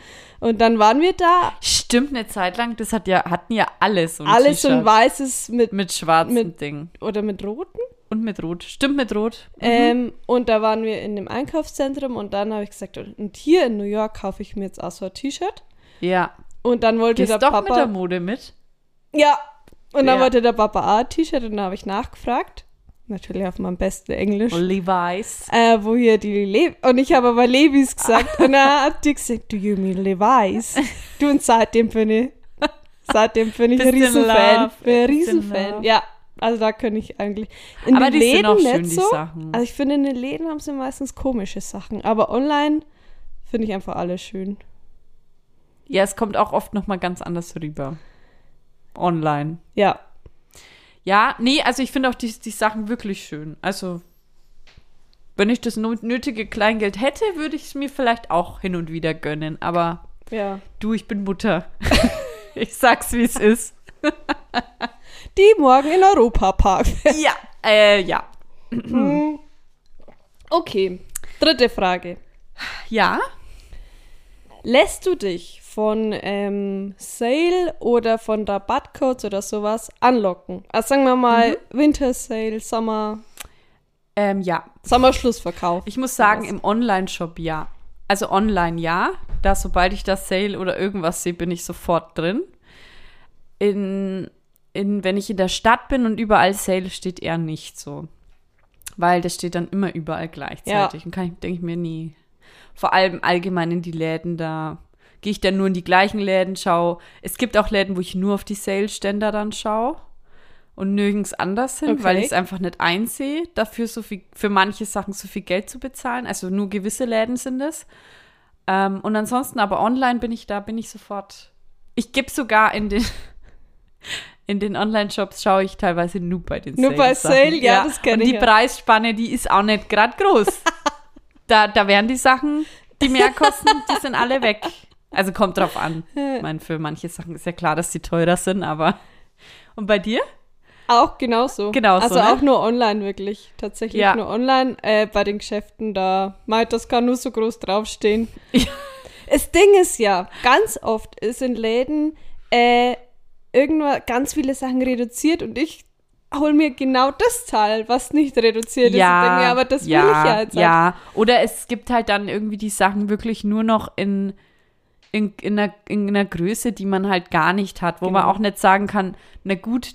Speaker 2: Und dann waren wir da,
Speaker 3: Stimmt, eine Zeit lang, das hat ja, hatten ja alle so ein
Speaker 2: alles so ein
Speaker 3: T-Shirt.
Speaker 2: weißes mit,
Speaker 3: Mit schwarzem
Speaker 2: mit-
Speaker 3: Ding.
Speaker 2: oder mit roten.
Speaker 3: Und mit Rot. Stimmt, mit Rot.
Speaker 2: Ähm, und da waren wir in dem Einkaufszentrum und dann habe ich gesagt, und und hier in New York kaufe ich mir jetzt auch so ein T-Shirt.
Speaker 3: Ja.
Speaker 2: Und dann wollte
Speaker 3: Gehst
Speaker 2: der
Speaker 3: doch
Speaker 2: Papa.
Speaker 3: mit der Mode mit?
Speaker 2: ja. Und dann
Speaker 3: Ja.
Speaker 2: wollte der Papa auch ein T-Shirt und dann habe ich nachgefragt. Natürlich auf meinem besten Englisch.
Speaker 3: Levi's.
Speaker 2: Äh, wo hier die Le und ich habe aber Levis gesagt
Speaker 3: Ah.
Speaker 2: und dann hat die gesagt, do you mean Levi's? Du und seitdem bin ich, seitdem bin ich ein
Speaker 3: Bisschen
Speaker 2: Riesenfan,
Speaker 3: Love,
Speaker 2: bin ein
Speaker 3: bisschen
Speaker 2: Riesenfan,
Speaker 3: Love.
Speaker 2: ja. Also da kann ich eigentlich. In
Speaker 3: Aber
Speaker 2: den
Speaker 3: die
Speaker 2: Läden
Speaker 3: sind auch schön,
Speaker 2: nicht
Speaker 3: die
Speaker 2: so.
Speaker 3: Sachen.
Speaker 2: Also ich finde, in den Läden haben sie meistens komische Sachen, aber online finde ich einfach alles schön.
Speaker 3: Ja, es kommt auch oft nochmal ganz anders rüber. Online.
Speaker 2: Ja,
Speaker 3: Ja, nee, also ich finde auch die, die Sachen wirklich schön. Also, wenn ich das not- nötige Kleingeld hätte, würde ich es mir vielleicht auch hin und wieder gönnen. Aber
Speaker 2: ja.
Speaker 3: du, ich bin Mutter. ich sag's, wie es ist.
Speaker 2: Die morgen in Europa Park.
Speaker 3: Ja, äh, ja. Hm.
Speaker 2: okay, dritte Frage.
Speaker 3: Ja?
Speaker 2: Lässt du dich von ähm, Sale oder von Rabattcodes oder sowas anlocken? Also sagen wir mal
Speaker 3: Mhm.
Speaker 2: Winter Sale, Sommer,
Speaker 3: Ähm, ja.
Speaker 2: Sommerschlussverkauf.
Speaker 3: Ich muss sagen, im Online-Shop ja. Also online ja. Da, sobald ich das Sale oder irgendwas sehe, bin ich sofort drin. In, in, wenn ich in der Stadt bin und überall Sale steht, eher nicht so. Weil das steht dann immer überall gleichzeitig. Und kann ich, denke ich mir nie. Vor allem allgemein in die Läden da. Gehe ich dann nur in die gleichen Läden, schau. Es gibt auch Läden, wo ich nur auf die Sale-Ständer dann schaue. und nirgends anders hin,
Speaker 2: Okay.
Speaker 3: weil ich es einfach nicht einsehe, dafür so viel, für manche Sachen so viel Geld zu bezahlen. Also nur gewisse Läden sind es. Ähm, und ansonsten aber online bin ich da, bin ich sofort. Ich gebe sogar in den in den Online-Shops schaue ich teilweise nur bei den
Speaker 2: Nur bei
Speaker 3: Sale-Sachen.
Speaker 2: Sale, ja, das kenn ich
Speaker 3: Und die
Speaker 2: ja.
Speaker 3: Preisspanne, die ist auch nicht gerade groß. da, da wären die Sachen, die mehr kosten, die sind alle weg. Also kommt drauf an. Ich meine, für manche Sachen ist ja klar, dass die teurer sind, aber. Und bei dir?
Speaker 2: Auch genauso.
Speaker 3: Genauso,
Speaker 2: Also
Speaker 3: ne?
Speaker 2: auch nur online wirklich. Tatsächlich
Speaker 3: Ja.
Speaker 2: nur online. Äh, bei den Geschäften da. Mei, das kann nur so groß draufstehen.
Speaker 3: Ja.
Speaker 2: Das Ding ist ja, ganz oft ist in Läden äh, irgendwann ganz viele Sachen reduziert und ich hole mir genau das Teil, was nicht reduziert ist. Und denk mir, aber das will ich ja jetzt halt.
Speaker 3: Ja, oder es gibt halt dann irgendwie die Sachen wirklich nur noch in, in, in, einer, in einer Größe, die man halt gar nicht hat, wo man
Speaker 2: Genau.
Speaker 3: auch nicht sagen kann, na gut,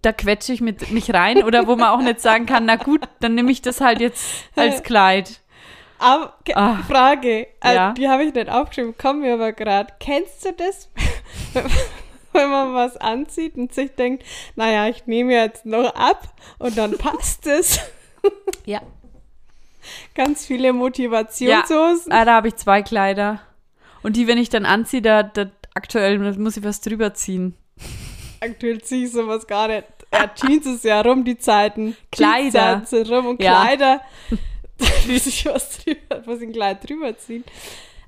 Speaker 3: da quetsche ich mit, mich rein oder wo man auch nicht sagen kann, na gut, dann nehme ich das halt jetzt als Kleid.
Speaker 2: Aber, ke-
Speaker 3: Ah.
Speaker 2: Frage, äh,
Speaker 3: Ja.
Speaker 2: die habe ich nicht aufgeschrieben, kommen mir aber gerade. Kennst du das, wenn- wenn man was anzieht und sich denkt, naja, ich nehme jetzt noch ab und dann passt es.
Speaker 3: Ja.
Speaker 2: Ganz viele Motivationshosen.
Speaker 3: Ah, da habe ich zwei Kleider. Und die, wenn ich dann anziehe, da, da aktuell da muss ich was drüber ziehen.
Speaker 2: Aktuell ziehe ich sowas gar nicht. Ja, Jeans ist ja rum, die Zeiten.
Speaker 3: Kleider.
Speaker 2: Jeans sind rum und
Speaker 3: Ja.
Speaker 2: Kleider. Da muss ich was drüber, muss ich ein Kleid drüber ziehen.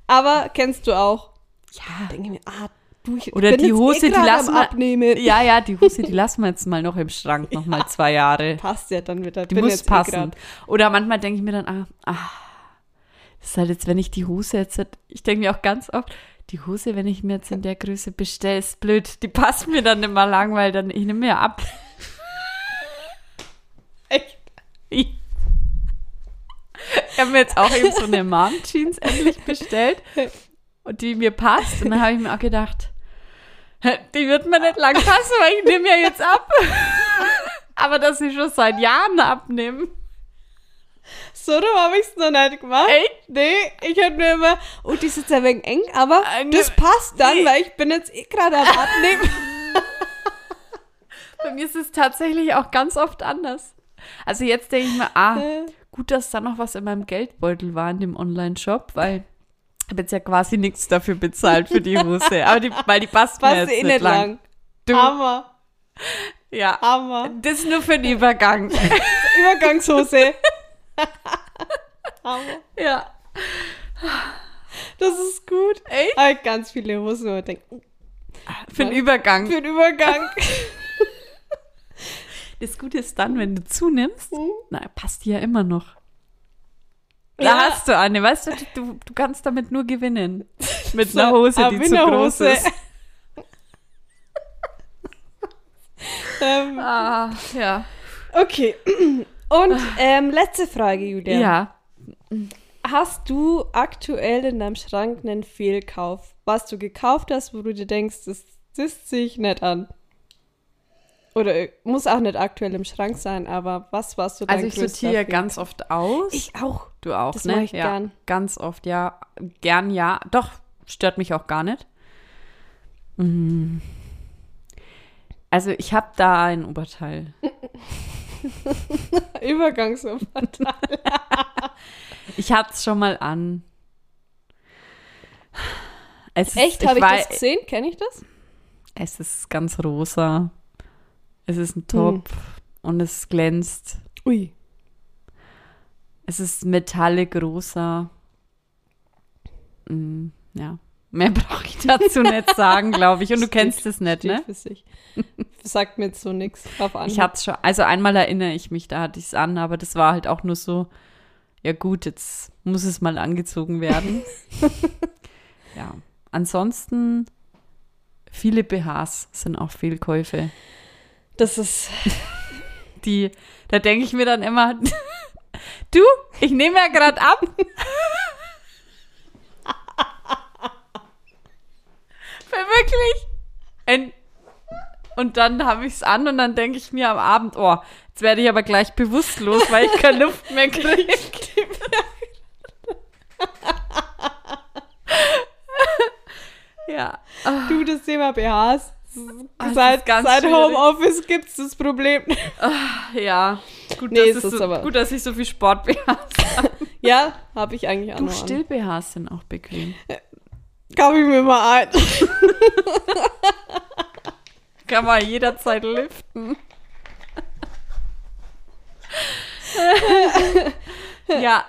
Speaker 2: Aber kennst du auch.
Speaker 3: Ja.
Speaker 2: Denke mir, ah, du, ich
Speaker 3: Oder
Speaker 2: bin
Speaker 3: die
Speaker 2: jetzt
Speaker 3: Hose,
Speaker 2: eh
Speaker 3: die
Speaker 2: gerade
Speaker 3: lassen
Speaker 2: am
Speaker 3: wir-
Speaker 2: abnehmen.
Speaker 3: Ja, ja, die Hose, die lassen wir jetzt mal noch im Schrank, noch mal zwei Jahre.
Speaker 2: passt ja dann wieder.
Speaker 3: Die muss passen. Oder manchmal denke ich mir dann, ah, ah, das ist halt jetzt, wenn ich die Hose jetzt, ich denke mir auch ganz oft, die Hose, wenn ich mir jetzt in der Größe bestelle, ist blöd. Die passt mir dann immer lang, weil dann ich nehme mir ab.
Speaker 2: Echt?
Speaker 3: Ich habe mir jetzt auch eben so eine Mom-Jeans endlich bestellt und die mir passt. Und dann habe ich mir auch gedacht, die wird mir nicht lang passen, weil ich nehme ja jetzt ab. Aber dass sie schon seit Jahren abnehmen.
Speaker 2: So rum habe ich es noch nicht gemacht.
Speaker 3: Echt?
Speaker 2: Nee, ich hab mir immer, oh, die ist jetzt ein wenig eng, aber
Speaker 3: Äh,
Speaker 2: das
Speaker 3: ne-
Speaker 2: passt dann,
Speaker 3: nee.
Speaker 2: weil ich bin jetzt eh gerade am Abnehmen.
Speaker 3: Bei mir ist es tatsächlich auch ganz oft anders. Also jetzt denke ich mir, ah,
Speaker 2: Äh.
Speaker 3: gut, dass da noch was in meinem Geldbeutel war in dem Online-Shop, weil ich habe jetzt ja quasi nichts dafür bezahlt für die Hose. Aber die, weil die passt mir
Speaker 2: Passt
Speaker 3: jetzt
Speaker 2: eh
Speaker 3: nicht lang. Du,
Speaker 2: Hammer,
Speaker 3: ja.
Speaker 2: Hammer.
Speaker 3: Das nur für den Übergang.
Speaker 2: Übergangshose. Hammer.
Speaker 3: ja.
Speaker 2: Das ist gut.
Speaker 3: Echt?
Speaker 2: Hab ich ganz viele Hosen, wo ich denk, oh,
Speaker 3: Für den Übergang.
Speaker 2: für den Übergang.
Speaker 3: Das Gute ist dann, wenn du zunimmst,
Speaker 2: Hm?
Speaker 3: na, passt die ja immer noch. Da
Speaker 2: Ja.
Speaker 3: hast du eine, weißt du, du, du kannst damit nur gewinnen. Ah, Mit
Speaker 2: So,
Speaker 3: einer Hose, die
Speaker 2: eine
Speaker 3: zu groß
Speaker 2: Winterhose.
Speaker 3: ist.
Speaker 2: ähm,
Speaker 3: Ah, ja.
Speaker 2: okay. Und ähm, letzte Frage, Julia.
Speaker 3: Ja.
Speaker 2: Hast du aktuell in deinem Schrank einen Fehlkauf? Was du gekauft hast, wo du dir denkst, das, das ziehe ich nicht an? Oder äh, muss auch nicht aktuell im Schrank sein, aber was warst du dein
Speaker 3: Also ich
Speaker 2: größter
Speaker 3: sortiere
Speaker 2: Fehl-
Speaker 3: ganz oft aus.
Speaker 2: Ich auch.
Speaker 3: du auch,
Speaker 2: das
Speaker 3: ne?
Speaker 2: mach ich
Speaker 3: ja,
Speaker 2: gern.
Speaker 3: Ganz oft, ja. Gern, ja. Doch, stört mich auch gar nicht. Mm. Also ich habe da ein Oberteil.
Speaker 2: Übergangsoberteil.
Speaker 3: Ich hab's schon mal an. Es ist,
Speaker 2: Echt, habe ich
Speaker 3: weiß-
Speaker 2: das gesehen? Kenne ich das?
Speaker 3: Es ist ganz rosa. Es ist ein Top
Speaker 2: Hm.
Speaker 3: und es glänzt.
Speaker 2: Ui.
Speaker 3: Es ist metallic rosa. Mm, ja. Mehr brauche ich dazu nicht sagen, glaube ich. Und du
Speaker 2: Steht-
Speaker 3: kennst es nicht,
Speaker 2: steht
Speaker 3: ne?
Speaker 2: Für sich. Sagt mir jetzt so nichts drauf an.
Speaker 3: Ich hab's schon. Also einmal erinnere ich mich, da hatte ich's an, aber das war halt auch nur so, ja gut, jetzt muss es mal angezogen werden. ja. Ansonsten viele BHs sind auch Fehlkäufe.
Speaker 2: das ist
Speaker 3: Die, da denke ich mir dann immer, du, ich nehme ja gerade ab. Weil Wirklich? Ein, und dann habe ich's an und dann denke ich mir am Abend, oh, jetzt werde ich aber gleich bewusstlos, weil ich keine Luft mehr kriege. ja.
Speaker 2: du das Thema
Speaker 3: es
Speaker 2: BHs.
Speaker 3: Ah, ist
Speaker 2: seit,
Speaker 3: ganz
Speaker 2: seit
Speaker 3: schwierig.
Speaker 2: Homeoffice gibt es das Problem.
Speaker 3: Ja, gut,
Speaker 2: Nee,
Speaker 3: dass
Speaker 2: es
Speaker 3: es
Speaker 2: ist
Speaker 3: so,
Speaker 2: aber-
Speaker 3: gut, dass ich so viel Sport-BHs
Speaker 2: ja, habe ich eigentlich auch
Speaker 3: Du,
Speaker 2: noch an.
Speaker 3: Still-BHs sind auch bequem.
Speaker 2: Kauf ich mir mal ein.
Speaker 3: Kann man jederzeit liften. ja,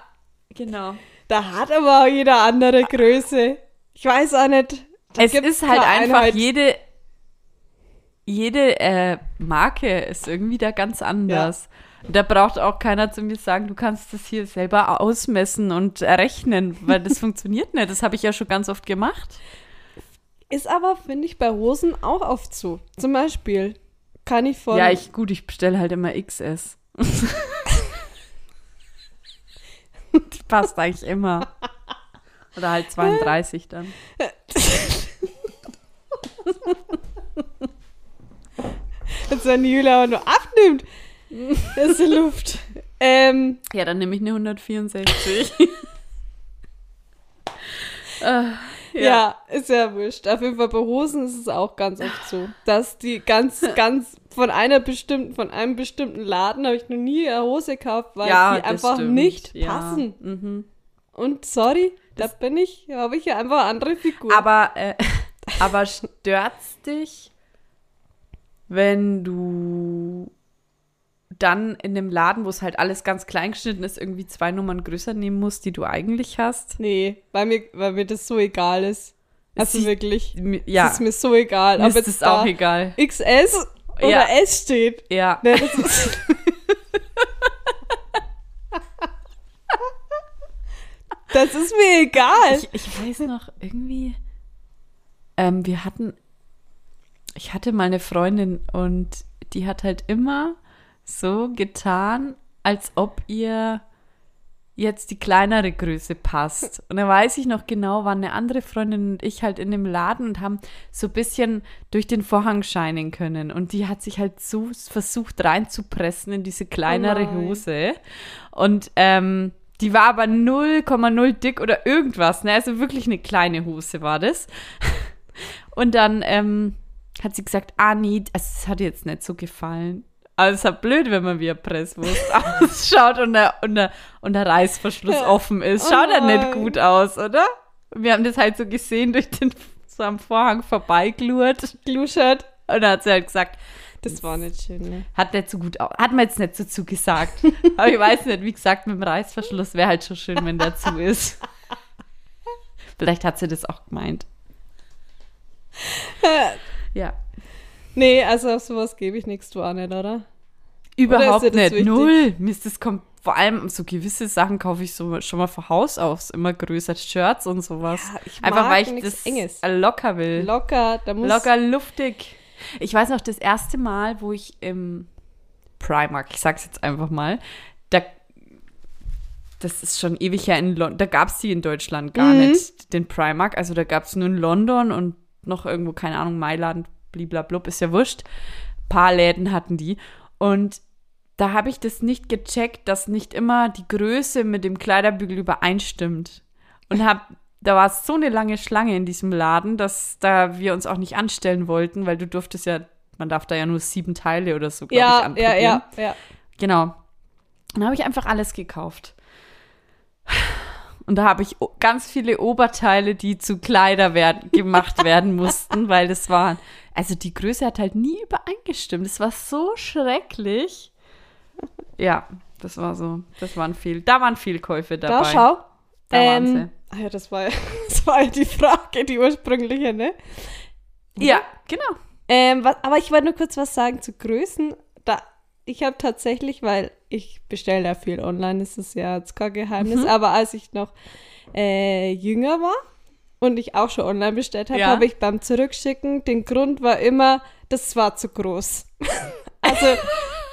Speaker 3: genau.
Speaker 2: Da hat aber auch jeder andere Größe. Ich weiß auch nicht. Da
Speaker 3: Es
Speaker 2: gibt's
Speaker 3: ist halt
Speaker 2: keine
Speaker 3: einfach
Speaker 2: Einheit.
Speaker 3: jede, jede äh, Marke ist irgendwie da ganz anders. Da braucht auch keiner zu mir sagen, du kannst das hier selber ausmessen und errechnen, weil das funktioniert nicht. Das habe ich ja schon ganz oft gemacht.
Speaker 2: Ist aber, finde ich, bei Hosen auch oft so. Zum Beispiel kann ich von.
Speaker 3: ja, ich gut, ich bestelle halt immer XS. Die passt eigentlich immer. Oder halt 32 dann.
Speaker 2: Jetzt, wenn die Julia aber nur abnimmt, ist die Luft. Ähm,
Speaker 3: Ja, dann nehme ich eine 164. Äh,
Speaker 2: ja. ist ja wurscht. Auf jeden Fall bei Hosen ist es auch ganz oft so, dass die ganz, ganz von einer bestimmten, von einem bestimmten Laden habe ich noch nie eine Hose gekauft, weil die
Speaker 3: das
Speaker 2: einfach
Speaker 3: stimmt.
Speaker 2: nicht
Speaker 3: Ja.
Speaker 2: passen.
Speaker 3: Mhm.
Speaker 2: Und sorry, da bin ich, habe ich ja einfach eine andere Figur.
Speaker 3: Aber, äh, aber stört's dich, wenn du dann in dem Laden, wo es halt alles ganz klein geschnitten ist, irgendwie zwei Nummern größer nehmen musst, die du eigentlich hast?
Speaker 2: nee, weil mir, weil mir das so egal ist. Also
Speaker 3: Sie-
Speaker 2: wirklich.
Speaker 3: M- Ja,
Speaker 2: Es ist mir so egal.
Speaker 3: mir
Speaker 2: ob
Speaker 3: ist
Speaker 2: jetzt
Speaker 3: es
Speaker 2: da
Speaker 3: auch egal.
Speaker 2: XS oder
Speaker 3: Ja.
Speaker 2: S steht.
Speaker 3: Ja.
Speaker 2: Ne, das ist Das ist mir egal.
Speaker 3: Ich, ich weiß noch, irgendwie, ähm, wir hatten, ich hatte mal eine Freundin und die hat halt immer so getan, als ob ihr jetzt die kleinere Größe passt. Und dann weiß ich noch genau, waren eine andere Freundin und ich halt in dem Laden und haben so ein bisschen durch den Vorhang scheinen können. Und die hat sich halt so versucht reinzupressen in diese kleinere
Speaker 2: Oh nein.
Speaker 3: Hose. Und ähm, die war aber 0,0 dick oder irgendwas. Ne? Also wirklich eine kleine Hose war das. Und dann ähm, hat sie gesagt, ah nee, es hat ihr jetzt nicht so gefallen. Aber es ist halt blöd, wenn man wie eine Presswurst ausschaut und der, und, der, und der Reißverschluss offen ist.
Speaker 2: Oh
Speaker 3: Schaut ja nicht
Speaker 2: nein.
Speaker 3: gut aus, oder? Wir haben das halt so gesehen, durch den so am Vorhang vorbeiglurt.
Speaker 2: Gluschert.
Speaker 3: Und dann hat sie halt gesagt,
Speaker 2: Das war nicht schön, ne?
Speaker 3: hat nicht so gut aus. Hat mir jetzt nicht so zugesagt. Aber ich weiß nicht, wie gesagt, mit dem Reißverschluss wäre halt schon schön, wenn der zu ist. Vielleicht hat sie das auch gemeint. Ja.
Speaker 2: Nee, also auf sowas gebe ich nichts, du auch nicht, oder?
Speaker 3: Überhaupt
Speaker 2: dir das
Speaker 3: nicht.
Speaker 2: wichtig?
Speaker 3: Null. Mir ist das kom- vor allem so gewisse Sachen kaufe ich so schon mal von Haus aus immer größer Shirts und sowas.
Speaker 2: Ja, ich
Speaker 3: Einfach
Speaker 2: mag
Speaker 3: weil ich
Speaker 2: nix
Speaker 3: das
Speaker 2: Enges.
Speaker 3: locker will.
Speaker 2: Locker, da muss
Speaker 3: Locker luftig. Ich weiß noch, das erste Mal, wo ich im Primark, ich sag's jetzt einfach mal, da, das ist schon ewig her in London, da gab's die in Deutschland gar
Speaker 2: Mhm.
Speaker 3: nicht, den Primark. Also da gab's nur in London und noch irgendwo, keine Ahnung, Mailand, bliblablub, ist ja wurscht. Paar Läden hatten die. Und da habe ich das nicht gecheckt, dass nicht immer die Größe mit dem Kleiderbügel übereinstimmt. Und hab, da war so eine lange Schlange in diesem Laden, dass da wir uns auch nicht anstellen wollten, weil du durftest ja, man darf da ja nur sieben Teile oder so, glaube ich,
Speaker 2: ja,
Speaker 3: anprobieren.
Speaker 2: ja, ja, ja.
Speaker 3: Genau. Dann habe ich einfach alles gekauft. Und da habe ich o- ganz viele Oberteile, die zu Kleider werden, gemacht werden mussten, weil das waren. Also die Größe hat halt nie übereingestimmt. Es war so schrecklich. Ja, das war so. Das waren viel. Da waren Fehlkäufe dabei.
Speaker 2: Da schau.
Speaker 3: Da waren
Speaker 2: ähm, ah ja, das war, ja- das war ja die Frage, die ursprüngliche, ne?
Speaker 3: sie. Ja, genau.
Speaker 2: Ähm, was, aber ich wollte nur kurz was sagen zu Größen. Da, ich habe tatsächlich, weil ich bestelle ja viel online, das ist ja jetzt kein Geheimnis,
Speaker 3: Mhm.
Speaker 2: aber als ich noch äh, jünger war und ich auch schon online bestellt habe,
Speaker 3: Ja.
Speaker 2: habe ich beim Zurückschicken, den Grund war immer, das war zu groß. also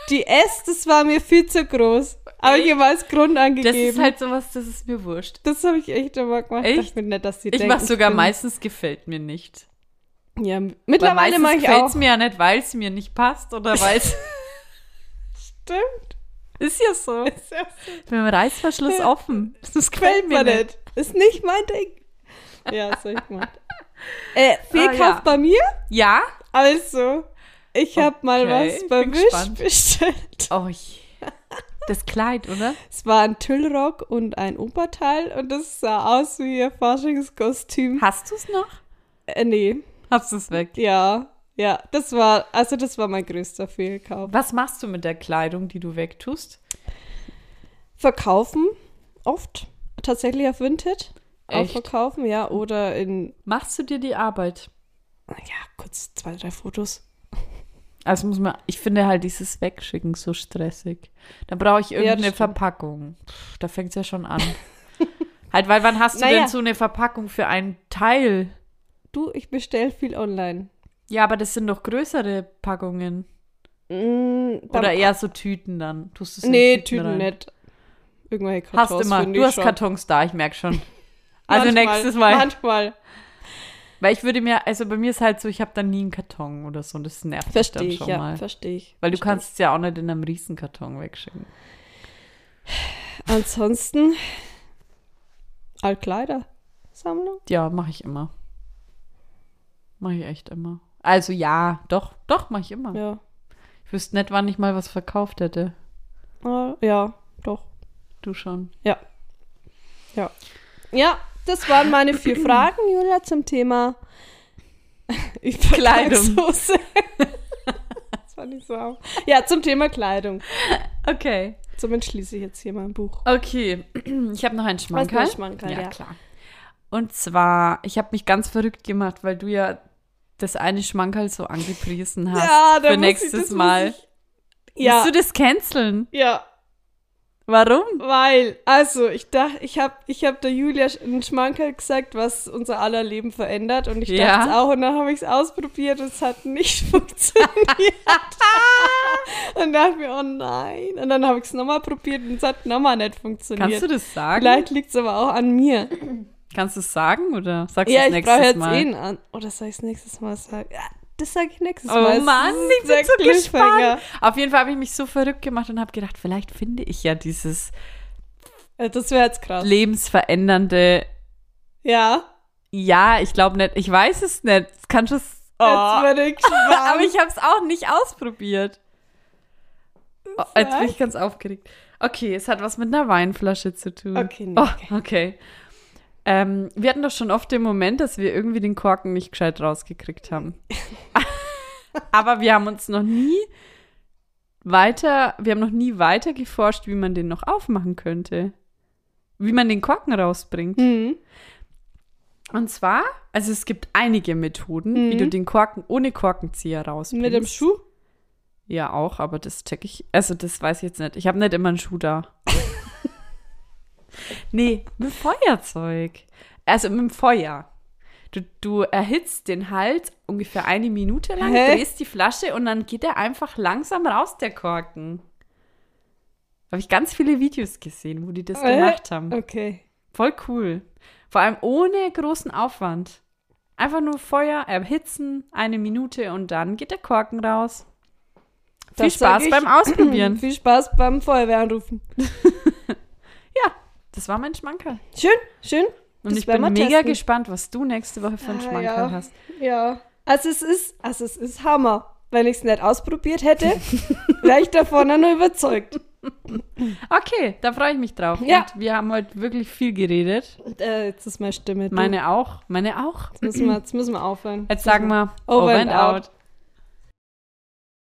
Speaker 2: die S, das war mir viel zu groß. Aber ich habe als Grund
Speaker 3: Das
Speaker 2: angegeben.
Speaker 3: ist halt sowas, das ist mir wurscht.
Speaker 2: Das habe ich echt immer gemacht.
Speaker 3: Echt?
Speaker 2: Ich bin nicht, dass die
Speaker 3: Ich
Speaker 2: denken,
Speaker 3: mache sogar
Speaker 2: bin-
Speaker 3: meistens gefällt mir nicht.
Speaker 2: Ja,
Speaker 3: Weil
Speaker 2: mittlerweile
Speaker 3: meistens
Speaker 2: mache ich
Speaker 3: gefällt
Speaker 2: auch.
Speaker 3: es mir ja nicht, weil es mir nicht passt oder weil es.
Speaker 2: Stimmt.
Speaker 3: Ist ja so.
Speaker 2: Ist ja so.
Speaker 3: Mit dem Reißverschluss offen. Das
Speaker 2: Gefällt mir nicht. Ist nicht mein Ding. Ja, ist echt gemeint. Äh, Fehlkauf
Speaker 3: ja.
Speaker 2: bei mir?
Speaker 3: Ja,
Speaker 2: Also, ich habe mal
Speaker 3: Okay,
Speaker 2: was
Speaker 3: ich
Speaker 2: bei
Speaker 3: bin
Speaker 2: Wish
Speaker 3: gespannt.
Speaker 2: bestellt.
Speaker 3: Oh, je. das Kleid, oder?
Speaker 2: Es war ein Tüllrock und ein Oberteil und das sah aus wie ein Faschingskostüm.
Speaker 3: Hast du es noch?
Speaker 2: Äh, nee,
Speaker 3: Hast du es weg?
Speaker 2: ja, ja, das war, also das war mein größter Fehlkauf.
Speaker 3: Was machst du mit der Kleidung, die du wegtust?
Speaker 2: Verkaufen, oft, tatsächlich auf Vinted. Auch
Speaker 3: Echt?
Speaker 2: verkaufen, ja, oder in,
Speaker 3: Machst du dir die Arbeit?
Speaker 2: ja, kurz zwei, drei Fotos.
Speaker 3: Also muss man, ich finde halt dieses Wegschicken so stressig. Da brauche ich irgendeine
Speaker 2: stimmt.
Speaker 3: Verpackung. Pff, da fängt es ja schon an. halt, weil wann hast du
Speaker 2: Naja.
Speaker 3: denn so eine Verpackung für ein Teil?
Speaker 2: Du, ich bestell viel online.
Speaker 3: Ja, aber das sind doch größere Packungen.
Speaker 2: Mm, beim-
Speaker 3: Oder eher so Tüten dann. Tust du's in
Speaker 2: Nee,
Speaker 3: rein?
Speaker 2: Tüten nicht. Irgendwelche Kartons.
Speaker 3: Hast immer.
Speaker 2: finde
Speaker 3: Du
Speaker 2: ich
Speaker 3: hast
Speaker 2: schon.
Speaker 3: Kartons da, ich merke schon. Also
Speaker 2: Manchmal,
Speaker 3: nächstes Mal.
Speaker 2: Manchmal.
Speaker 3: Weil ich würde mir, also bei mir ist halt so, ich habe dann nie einen Karton oder so und das nervt mich
Speaker 2: Verstehe
Speaker 3: dann
Speaker 2: ich,
Speaker 3: schon
Speaker 2: ja,
Speaker 3: mal.
Speaker 2: verstehe ich.
Speaker 3: Weil du
Speaker 2: verstehe
Speaker 3: kannst es ja auch nicht in einem Riesenkarton wegschicken.
Speaker 2: ich. Ansonsten. Altkleidersammlung?
Speaker 3: Ja, mache ich immer. Mache ich echt immer. Also ja, doch, doch, mache ich immer.
Speaker 2: Ja.
Speaker 3: Ich wüsste nicht, wann ich mal was verkauft hätte.
Speaker 2: Ah, ja, doch.
Speaker 3: Du schon.
Speaker 2: Ja. Ja. Ja, das waren meine vier Fragen, Julia, zum Thema Übergangssoße. das war nicht so. auf. Ja, zum Thema Kleidung.
Speaker 3: Okay.
Speaker 2: Somit schließe ich jetzt hier mein Buch.
Speaker 3: Okay. Ich habe noch einen Schmankerl.
Speaker 2: noch ein Schmankerl, ja.
Speaker 3: klar. Und zwar, ich habe mich ganz verrückt gemacht, weil du ja das eine Schmankerl so angepriesen hast
Speaker 2: Ja, da muss
Speaker 3: für
Speaker 2: ich-
Speaker 3: nächstes
Speaker 2: das muss
Speaker 3: Mal.
Speaker 2: Ja.
Speaker 3: Willst du das canceln?
Speaker 2: Ja,
Speaker 3: Warum?
Speaker 2: Weil, also, ich dachte, ich habe ich hab der Julia sch- einen Schmankerl gesagt, was unser aller Leben verändert. Und ich
Speaker 3: Ja.
Speaker 2: dachte es auch. Und dann habe ich es ausprobiert und es hat nicht funktioniert. und dachte mir, oh nein. Und dann habe ich es nochmal probiert und es hat nochmal nicht funktioniert.
Speaker 3: Kannst du das sagen?
Speaker 2: Vielleicht liegt es aber auch an mir.
Speaker 3: Kannst du es sagen oder sagst du
Speaker 2: ja,
Speaker 3: es
Speaker 2: ich
Speaker 3: nächstes
Speaker 2: brauche jetzt
Speaker 3: Mal?
Speaker 2: eh einen an. Oder soll ich es nächstes Mal sagen? Ja, das sage ich nächstes
Speaker 3: Oh
Speaker 2: Mal. Es
Speaker 3: Mann,
Speaker 2: ist
Speaker 3: ich bin
Speaker 2: der
Speaker 3: so
Speaker 2: Cliffhanger.
Speaker 3: gespannt. Auf jeden Fall habe ich mich so verrückt gemacht und habe gedacht, vielleicht finde ich ja dieses
Speaker 2: Äh, Das wäre jetzt krass.
Speaker 3: lebensverändernde.
Speaker 2: Ja,
Speaker 3: Ja, ich glaube nicht. Ich weiß es nicht. Es Kann schon.
Speaker 2: jetzt
Speaker 3: Oh.
Speaker 2: würde ich gespannt.
Speaker 3: Aber ich habe es auch nicht ausprobiert. Oh, jetzt bin ich ganz aufgeregt. Okay, es hat was mit einer Weinflasche zu tun.
Speaker 2: Okay, nee,
Speaker 3: Oh,
Speaker 2: okay.
Speaker 3: okay. Ähm, wir hatten doch schon oft den Moment, dass wir irgendwie den Korken nicht gescheit rausgekriegt haben. Aber wir haben uns noch nie weiter, wir haben noch nie weiter geforscht, wie man den noch aufmachen könnte. Wie man den Korken rausbringt.
Speaker 2: Mhm.
Speaker 3: Und zwar, also es gibt einige Methoden, wie
Speaker 2: Mhm.
Speaker 3: du den Korken ohne Korkenzieher rausbringst.
Speaker 2: Mit dem Schuh?
Speaker 3: Ja, auch, aber das check ich. Also, das weiß ich jetzt nicht. Ich habe nicht immer einen Schuh da. nee, mit Feuerzeug. Also mit dem Feuer. Du, du erhitzt den Hals ungefähr eine Minute lang,
Speaker 2: Hä?
Speaker 3: drehst die Flasche und dann geht er einfach langsam raus, der Korken. Habe ich ganz viele Videos gesehen, wo die das
Speaker 2: Hä?
Speaker 3: gemacht haben.
Speaker 2: Okay.
Speaker 3: Voll cool. Vor allem ohne großen Aufwand. Einfach nur Feuer erhitzen, eine Minute und dann geht der Korken raus. Viel
Speaker 2: Das sag
Speaker 3: Spaß
Speaker 2: ich.
Speaker 3: beim Ausprobieren.
Speaker 2: Viel Spaß beim Feuerwehr anrufen.
Speaker 3: ja, das war mein Schmankerl.
Speaker 2: Schön, schön.
Speaker 3: Und
Speaker 2: Das
Speaker 3: ich
Speaker 2: werden
Speaker 3: bin
Speaker 2: wir
Speaker 3: mega
Speaker 2: testen.
Speaker 3: gespannt, was du nächste Woche für einen
Speaker 2: Ah,
Speaker 3: Schmankerl
Speaker 2: ja.
Speaker 3: hast.
Speaker 2: Ja. Also es ist, also es ist Hammer. Wenn ich es nicht ausprobiert hätte, wäre ich davon auch nur überzeugt.
Speaker 3: Okay, da freue ich mich drauf.
Speaker 2: Ja.
Speaker 3: Und wir haben heute wirklich viel geredet.
Speaker 2: Und, äh, jetzt ist meine Stimme. du.
Speaker 3: Meine auch, meine auch.
Speaker 2: Jetzt müssen wir, jetzt müssen wir aufhören.
Speaker 3: Jetzt sagen wir
Speaker 2: Mhm. Over and out.